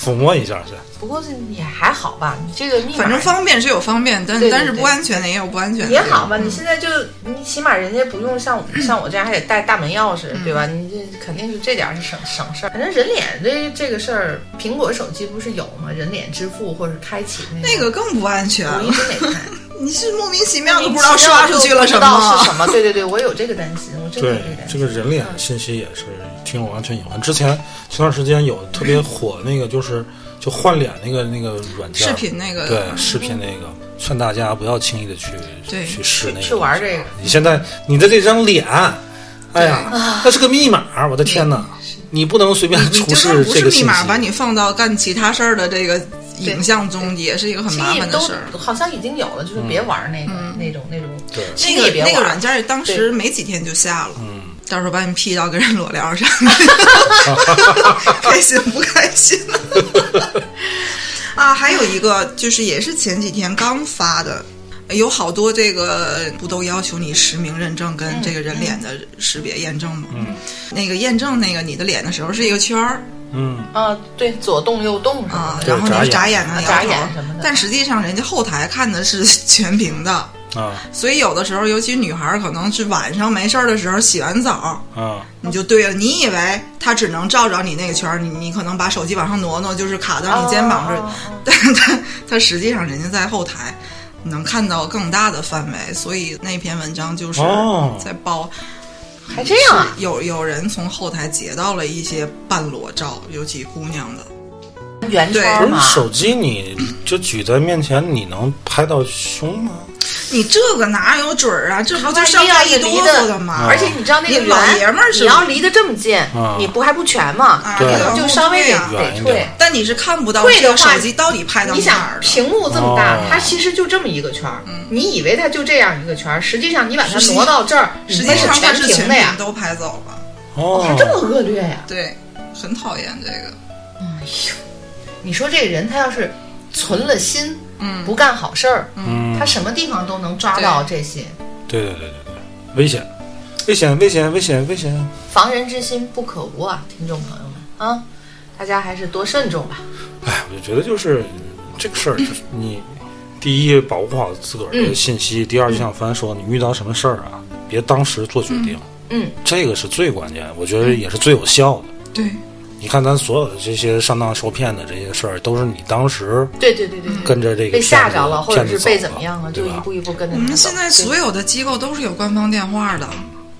[SPEAKER 3] 抚摸一下去。
[SPEAKER 2] 不过这也还好吧，你这个密码
[SPEAKER 1] 反正方便是有方便，但
[SPEAKER 2] 对对
[SPEAKER 1] 但是
[SPEAKER 2] 对
[SPEAKER 1] 不安全的也有不安全的。
[SPEAKER 2] 也好吧，你现在就你起码人家不用像我像我这样还得带大门钥匙，对吧？
[SPEAKER 1] 嗯
[SPEAKER 2] 你这肯定是这点儿是省省事儿。反正人脸这这个事儿，苹果手机不是有吗？人脸支付或者开启那
[SPEAKER 1] 那个更不安全
[SPEAKER 2] 我一
[SPEAKER 1] 了。
[SPEAKER 2] 直得看，
[SPEAKER 1] 你是莫名其妙都不知道刷出去了什
[SPEAKER 2] 不知道是
[SPEAKER 1] 么。啊
[SPEAKER 2] 什么？对对对，我有这个担心，我真的有
[SPEAKER 3] 对
[SPEAKER 2] 这个担
[SPEAKER 3] 这
[SPEAKER 2] 心。
[SPEAKER 3] 个人脸
[SPEAKER 1] 嗯
[SPEAKER 3] 信息也是挺有安全隐患。之前前段时间有特别火那个，就是就换脸那个那个软件
[SPEAKER 1] 视频那个嗯
[SPEAKER 3] 对视频那个，劝大家不要轻易的去
[SPEAKER 1] 对
[SPEAKER 3] 去试那个
[SPEAKER 2] 去玩这个。
[SPEAKER 3] 你现在你的这张脸，哎呀，那是个密码，我的天哪！你不能随便
[SPEAKER 1] 啊你
[SPEAKER 3] 出
[SPEAKER 1] 就算
[SPEAKER 3] 示
[SPEAKER 1] 不
[SPEAKER 3] 这
[SPEAKER 1] 是
[SPEAKER 3] 个
[SPEAKER 1] 密
[SPEAKER 3] 信
[SPEAKER 1] 码，把
[SPEAKER 3] 息。
[SPEAKER 1] 你放到干其他事儿的这个影像中，也是一个很
[SPEAKER 2] 其
[SPEAKER 1] 麻
[SPEAKER 2] 实
[SPEAKER 1] 烦的事儿。嗯
[SPEAKER 2] 都好像已经有了，就是别玩那个那种那种，
[SPEAKER 3] 嗯对
[SPEAKER 2] 其实
[SPEAKER 1] 那
[SPEAKER 2] 也
[SPEAKER 1] 个
[SPEAKER 2] 别
[SPEAKER 1] 那个
[SPEAKER 2] 玩
[SPEAKER 1] 软件儿当时
[SPEAKER 2] 对
[SPEAKER 1] 没几天就下了，
[SPEAKER 3] 嗯
[SPEAKER 1] 到时候把你 P 到跟人裸聊 上，开心不开心？啊，还有一个就是也是前几天刚发的。有好多这个不都要求你实名认证跟这个
[SPEAKER 2] 嗯
[SPEAKER 1] 人脸的识别验证吗？
[SPEAKER 3] 嗯，
[SPEAKER 1] 那个验证那个你的脸的时候是一个圈儿
[SPEAKER 3] 嗯，
[SPEAKER 2] 啊，对，左动右动什么
[SPEAKER 1] 啊，
[SPEAKER 2] 的，
[SPEAKER 3] 对
[SPEAKER 1] 然后你
[SPEAKER 3] 眨
[SPEAKER 1] 眨眼呢，摇
[SPEAKER 2] 眨
[SPEAKER 1] 头
[SPEAKER 2] 眼什么的
[SPEAKER 1] 但实际上人家后台看的是全屏的，
[SPEAKER 3] 啊
[SPEAKER 1] 所以有的时候，尤其女孩儿，可能是晚上没事儿的时候洗完澡，
[SPEAKER 3] 啊，
[SPEAKER 1] 你就对了。你以为她只能照着你那个圈儿，你你可能把手机往上挪挪，就是卡到你肩膀这儿，
[SPEAKER 2] 哦
[SPEAKER 1] 但是她她实际上人家在后台能看到更大的范围，所以那篇文章就是
[SPEAKER 3] 哦
[SPEAKER 1] 在报
[SPEAKER 2] 还这样啊？
[SPEAKER 1] 有有人从后台截到了一些半裸照，尤其姑娘的。
[SPEAKER 2] 圆
[SPEAKER 3] 不
[SPEAKER 2] 圈
[SPEAKER 3] 是
[SPEAKER 2] 嘛，
[SPEAKER 3] 手机你就举在面前，你能拍到胸吗？
[SPEAKER 1] 你这个哪有准儿啊？这不就
[SPEAKER 2] 万
[SPEAKER 1] 上
[SPEAKER 2] 一要
[SPEAKER 1] 来
[SPEAKER 2] 是
[SPEAKER 1] 一哆
[SPEAKER 2] 离
[SPEAKER 1] 嗦
[SPEAKER 2] 的
[SPEAKER 1] 的吗？
[SPEAKER 2] 而且你知道那个
[SPEAKER 1] 你啊老爷们儿
[SPEAKER 2] 圆，
[SPEAKER 1] 是
[SPEAKER 2] 你要离得这么近
[SPEAKER 3] 啊，
[SPEAKER 2] 你不还不全吗？
[SPEAKER 1] 啊
[SPEAKER 2] 可能
[SPEAKER 1] 对
[SPEAKER 2] 就稍微得
[SPEAKER 1] 啊
[SPEAKER 3] 远
[SPEAKER 2] 得
[SPEAKER 3] 一
[SPEAKER 2] 退
[SPEAKER 3] 点。
[SPEAKER 1] 但你是看不到
[SPEAKER 2] 会
[SPEAKER 1] 这
[SPEAKER 2] 的
[SPEAKER 1] 个手
[SPEAKER 2] 话
[SPEAKER 1] 机到底拍到
[SPEAKER 2] 你
[SPEAKER 1] 哪
[SPEAKER 2] 想
[SPEAKER 1] 儿的。
[SPEAKER 2] 屏幕这么大
[SPEAKER 3] 哦，
[SPEAKER 2] 它其实就这么一个圈儿，你以为它就这样一个圈儿，实际上你把它
[SPEAKER 1] 实际
[SPEAKER 2] 挪到这儿，
[SPEAKER 1] 实
[SPEAKER 2] 你
[SPEAKER 1] 际
[SPEAKER 2] 那
[SPEAKER 1] 上它
[SPEAKER 2] 全
[SPEAKER 1] 是
[SPEAKER 2] 屏
[SPEAKER 1] 全
[SPEAKER 2] 的
[SPEAKER 1] 屏
[SPEAKER 2] 呀。
[SPEAKER 1] 都拍走了。
[SPEAKER 3] 哦，
[SPEAKER 2] 还这么恶劣呀？
[SPEAKER 1] 对，很讨厌这个。
[SPEAKER 2] 你说这个人他要是存了心，
[SPEAKER 1] 嗯
[SPEAKER 2] 不干好事儿，
[SPEAKER 3] 嗯
[SPEAKER 2] 他，什么地方都能抓到这些。
[SPEAKER 3] 对对对对对，危险，危险，危险，危险，危险！
[SPEAKER 2] 防人之心不可无啊，听众朋友们啊，大家还是多慎重吧。
[SPEAKER 3] 哎，我就觉得就是这个事儿，就是你第一保护好自个儿的信息，
[SPEAKER 2] 嗯
[SPEAKER 3] 第二就像凡说，你遇到什么事儿啊，别当时做决定，
[SPEAKER 2] 嗯，
[SPEAKER 3] 这个是最关键，我觉得也是最有效的。
[SPEAKER 1] 对，
[SPEAKER 3] 你看，咱所有的这些上当受骗的这些事儿，都是你当时
[SPEAKER 2] 对对对对对，
[SPEAKER 3] 跟着这个
[SPEAKER 2] 被吓
[SPEAKER 3] 骗子
[SPEAKER 2] 着了，或者是
[SPEAKER 3] 骗子
[SPEAKER 2] 被
[SPEAKER 3] 走
[SPEAKER 2] 怎么样了，
[SPEAKER 3] 对
[SPEAKER 2] 就一
[SPEAKER 3] 吧？
[SPEAKER 2] 步一步跟着
[SPEAKER 1] 我
[SPEAKER 2] 他
[SPEAKER 1] 们
[SPEAKER 2] 走
[SPEAKER 1] 嗯现在所有的机构都是有官方电话的，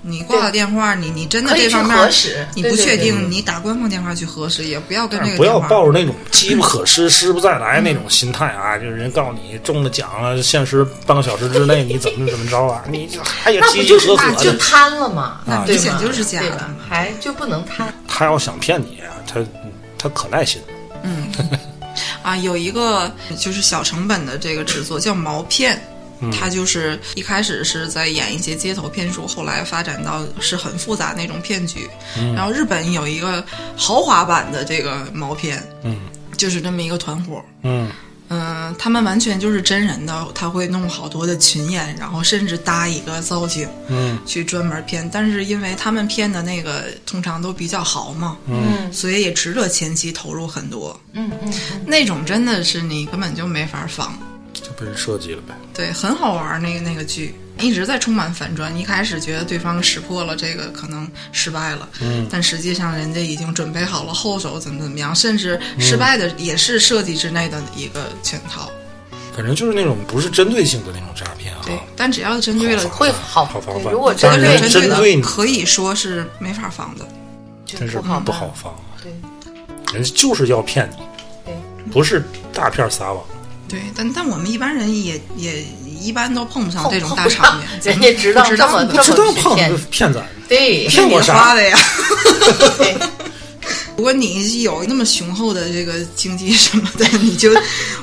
[SPEAKER 1] 你挂了电话，你你真的
[SPEAKER 2] 可以
[SPEAKER 1] 这
[SPEAKER 2] 去
[SPEAKER 1] 方面
[SPEAKER 2] 核实
[SPEAKER 1] 你
[SPEAKER 2] 对
[SPEAKER 1] 不
[SPEAKER 2] 对
[SPEAKER 1] 确
[SPEAKER 2] 对
[SPEAKER 1] 定，你打官方电话去核实，也不要跟这个
[SPEAKER 3] 不要
[SPEAKER 1] 电话
[SPEAKER 3] 抱着那种机不可失、失不再来那种心态啊！就是人告诉你中了奖了，限时半个小时之内你怎么怎么着啊？你这还也
[SPEAKER 2] 那
[SPEAKER 3] 机
[SPEAKER 2] 不
[SPEAKER 3] 机
[SPEAKER 2] 就是
[SPEAKER 3] 合
[SPEAKER 2] 那
[SPEAKER 3] 合
[SPEAKER 2] 就
[SPEAKER 3] 的，
[SPEAKER 2] 贪了嘛？
[SPEAKER 3] 啊
[SPEAKER 2] 对
[SPEAKER 3] 这
[SPEAKER 1] 简
[SPEAKER 2] 吗
[SPEAKER 1] 直就是假
[SPEAKER 2] 对
[SPEAKER 1] 的
[SPEAKER 2] 吧？还就不能贪？
[SPEAKER 3] 他要想骗你，啊他他可耐心。
[SPEAKER 1] 啊。有一个就是小成本的这个制作叫毛片。
[SPEAKER 3] 嗯
[SPEAKER 1] 它就是一开始是在演一些街头骗术，后来发展到是很复杂那种骗局。
[SPEAKER 3] 嗯
[SPEAKER 1] 然后日本有一个豪华版的这个毛片，
[SPEAKER 3] 嗯
[SPEAKER 1] 就是这么一个团伙，
[SPEAKER 3] 嗯
[SPEAKER 1] 嗯，他们完全就是真人的，他会弄好多的群演，然后甚至搭一个造型
[SPEAKER 3] 嗯
[SPEAKER 1] 去专门骗。但是因为他们骗的那个通常都比较豪嘛，
[SPEAKER 2] 嗯
[SPEAKER 1] 所以也值得前期投入很多。
[SPEAKER 2] 嗯嗯，
[SPEAKER 1] 那种真的是你根本就没法防，
[SPEAKER 3] 这被人设计了呗。
[SPEAKER 1] 对，很好玩儿那个那个剧。一直在充满反转，一开始觉得对方识破了这个可能失败了，嗯，但实际上人家已经准备好了后手怎么怎么样，甚至
[SPEAKER 2] 嗯
[SPEAKER 1] 失败的也是设计之内的一个圈套，
[SPEAKER 3] 反正就是那种不是针对性的那种诈骗啊。
[SPEAKER 1] 对。但只要针对了
[SPEAKER 3] 好
[SPEAKER 2] 会好
[SPEAKER 3] 好防
[SPEAKER 2] 对
[SPEAKER 3] 范
[SPEAKER 2] 如果
[SPEAKER 3] 但
[SPEAKER 2] 针
[SPEAKER 3] 是
[SPEAKER 2] 对
[SPEAKER 3] 人针对你，
[SPEAKER 1] 可以说是没法防的。
[SPEAKER 2] 就
[SPEAKER 3] 真是
[SPEAKER 2] 不好
[SPEAKER 3] 不
[SPEAKER 2] 办
[SPEAKER 3] 好。防，啊
[SPEAKER 2] 对
[SPEAKER 3] 人家就是要骗你，
[SPEAKER 2] 对，
[SPEAKER 3] 不是大片撒网。
[SPEAKER 1] 对，但但我们一般人也也一般都碰不上
[SPEAKER 2] 碰
[SPEAKER 1] 这种
[SPEAKER 2] 碰
[SPEAKER 1] 大
[SPEAKER 2] 不
[SPEAKER 1] 场
[SPEAKER 2] 上
[SPEAKER 1] 面，咱
[SPEAKER 2] 人
[SPEAKER 1] 们
[SPEAKER 2] 家知道
[SPEAKER 1] 不知
[SPEAKER 2] 这
[SPEAKER 1] 道
[SPEAKER 2] 么
[SPEAKER 3] 不
[SPEAKER 2] 这
[SPEAKER 3] 知
[SPEAKER 2] 么
[SPEAKER 3] 道
[SPEAKER 2] 去
[SPEAKER 3] 胖
[SPEAKER 2] 骗
[SPEAKER 3] 子，骗咱，
[SPEAKER 2] 对
[SPEAKER 3] 骗我
[SPEAKER 1] 你发
[SPEAKER 3] 啥？
[SPEAKER 1] 的呀。
[SPEAKER 2] 对，
[SPEAKER 1] 如果你有那么雄厚的这个经济什么的，你就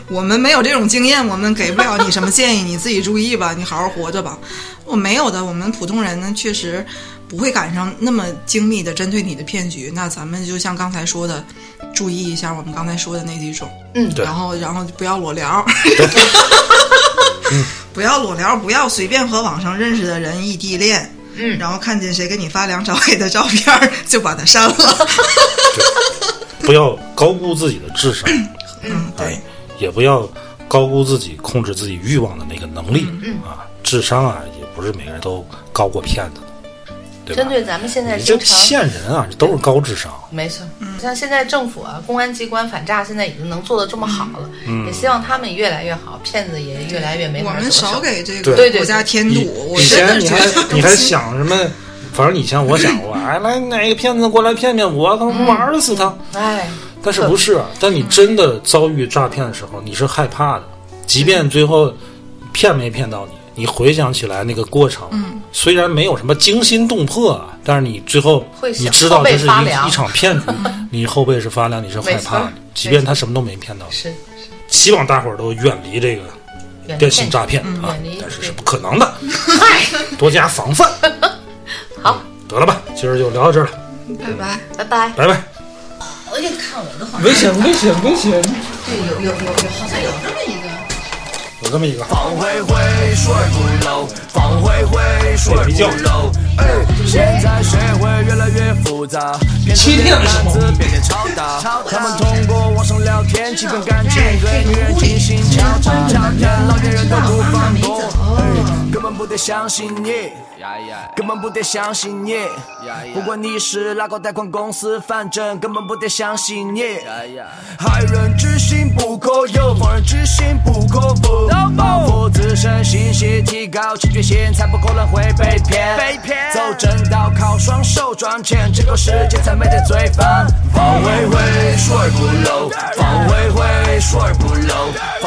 [SPEAKER 1] 我们没有这种经验，我们给不了你什么建议，你自己注意吧，你好好活着吧。我没有的，我们普通人呢，确实不会赶上那么精密的针对你的骗局。那咱们就像刚才说的，注意一下我们刚才说的那几种，
[SPEAKER 2] 嗯
[SPEAKER 3] 对
[SPEAKER 1] 然后然后就不要裸聊。 不要裸聊，不要随便和网上认识的人异地恋，
[SPEAKER 2] 嗯
[SPEAKER 1] 然后看见谁给你发梁朝伟的照片儿就把他删了，
[SPEAKER 3] 不要高估自己的智商，
[SPEAKER 1] 嗯，对
[SPEAKER 3] 哎。，也不要高估自己控制自己
[SPEAKER 1] 嗯
[SPEAKER 3] 欲望的那个能力、啊。智商啊，也不是每个人都高过骗子的。对吧？
[SPEAKER 2] 针对咱们现在
[SPEAKER 3] 你这
[SPEAKER 2] 经常。
[SPEAKER 3] 骗人啊，这都是高智商。
[SPEAKER 2] 没错，
[SPEAKER 1] 嗯
[SPEAKER 2] 像现在政府啊、公安机关反诈现在已经能做的这么好了，
[SPEAKER 3] 嗯
[SPEAKER 2] 也希望他们越来越好，骗子也越来越 没
[SPEAKER 1] 我
[SPEAKER 2] 法
[SPEAKER 1] 们
[SPEAKER 2] 得手
[SPEAKER 1] 少给这
[SPEAKER 3] 对
[SPEAKER 1] 个
[SPEAKER 2] 对对
[SPEAKER 1] 国家添
[SPEAKER 3] 以
[SPEAKER 1] 堵。嗯我
[SPEAKER 3] 以前
[SPEAKER 1] 真的
[SPEAKER 3] 你
[SPEAKER 1] 觉
[SPEAKER 3] 还
[SPEAKER 1] 得
[SPEAKER 3] 你还想什么？反正以前我想过，哎，来哪个骗子过来骗骗我，他妈玩死他。
[SPEAKER 2] 哎，
[SPEAKER 3] 但是不是啊？但你真的遭遇诈骗的时候，你是害怕的，即便最后骗没骗到你，你回想起来那个过程，
[SPEAKER 2] 嗯
[SPEAKER 3] 虽然没有什么惊心动魄啊，但是你最后
[SPEAKER 2] 会想
[SPEAKER 3] 你知道这是
[SPEAKER 2] 后背发凉
[SPEAKER 3] 一一场骗 局，你后背是发凉，你是害怕
[SPEAKER 2] 没
[SPEAKER 3] 的
[SPEAKER 2] 错，
[SPEAKER 3] 即便他什么都没骗到你。
[SPEAKER 2] 是是
[SPEAKER 3] 希望大伙儿都远离这个
[SPEAKER 2] 远离
[SPEAKER 3] 电信诈骗
[SPEAKER 2] 嗯
[SPEAKER 3] 啊
[SPEAKER 2] 远离，
[SPEAKER 3] 但是
[SPEAKER 2] 对
[SPEAKER 3] 是不可能的，
[SPEAKER 2] 嗨，
[SPEAKER 3] 多加防范。 嗯
[SPEAKER 2] 好，
[SPEAKER 3] 得了吧，今儿就聊到这儿了，
[SPEAKER 1] 拜拜。
[SPEAKER 2] 拜拜。
[SPEAKER 3] 拜拜。
[SPEAKER 2] 我给看我的话，
[SPEAKER 3] 危险，危险，危险！
[SPEAKER 2] 对，有有有有，好像有这么一个。
[SPEAKER 3] 有这么一个。
[SPEAKER 4] 放灰灰睡不着，放灰灰睡不着。哎，现在社会越来越复杂，骗子变男子变得超大，他们通过网上聊天，欺骗感情，对女人进行敲诈，连老年人都不放过，哎，根本不得相信你。根本不得相信你，不管你是哪个贷款公司，反正根本不得相信你。害人之心不可有，防人之心不可无。保护自身信息，提高警觉性，才不可能会被骗。被骗，走正道，靠双手赚钱，这个世界才没得罪犯。放灰灰，水不漏，放灰灰，水不漏，放。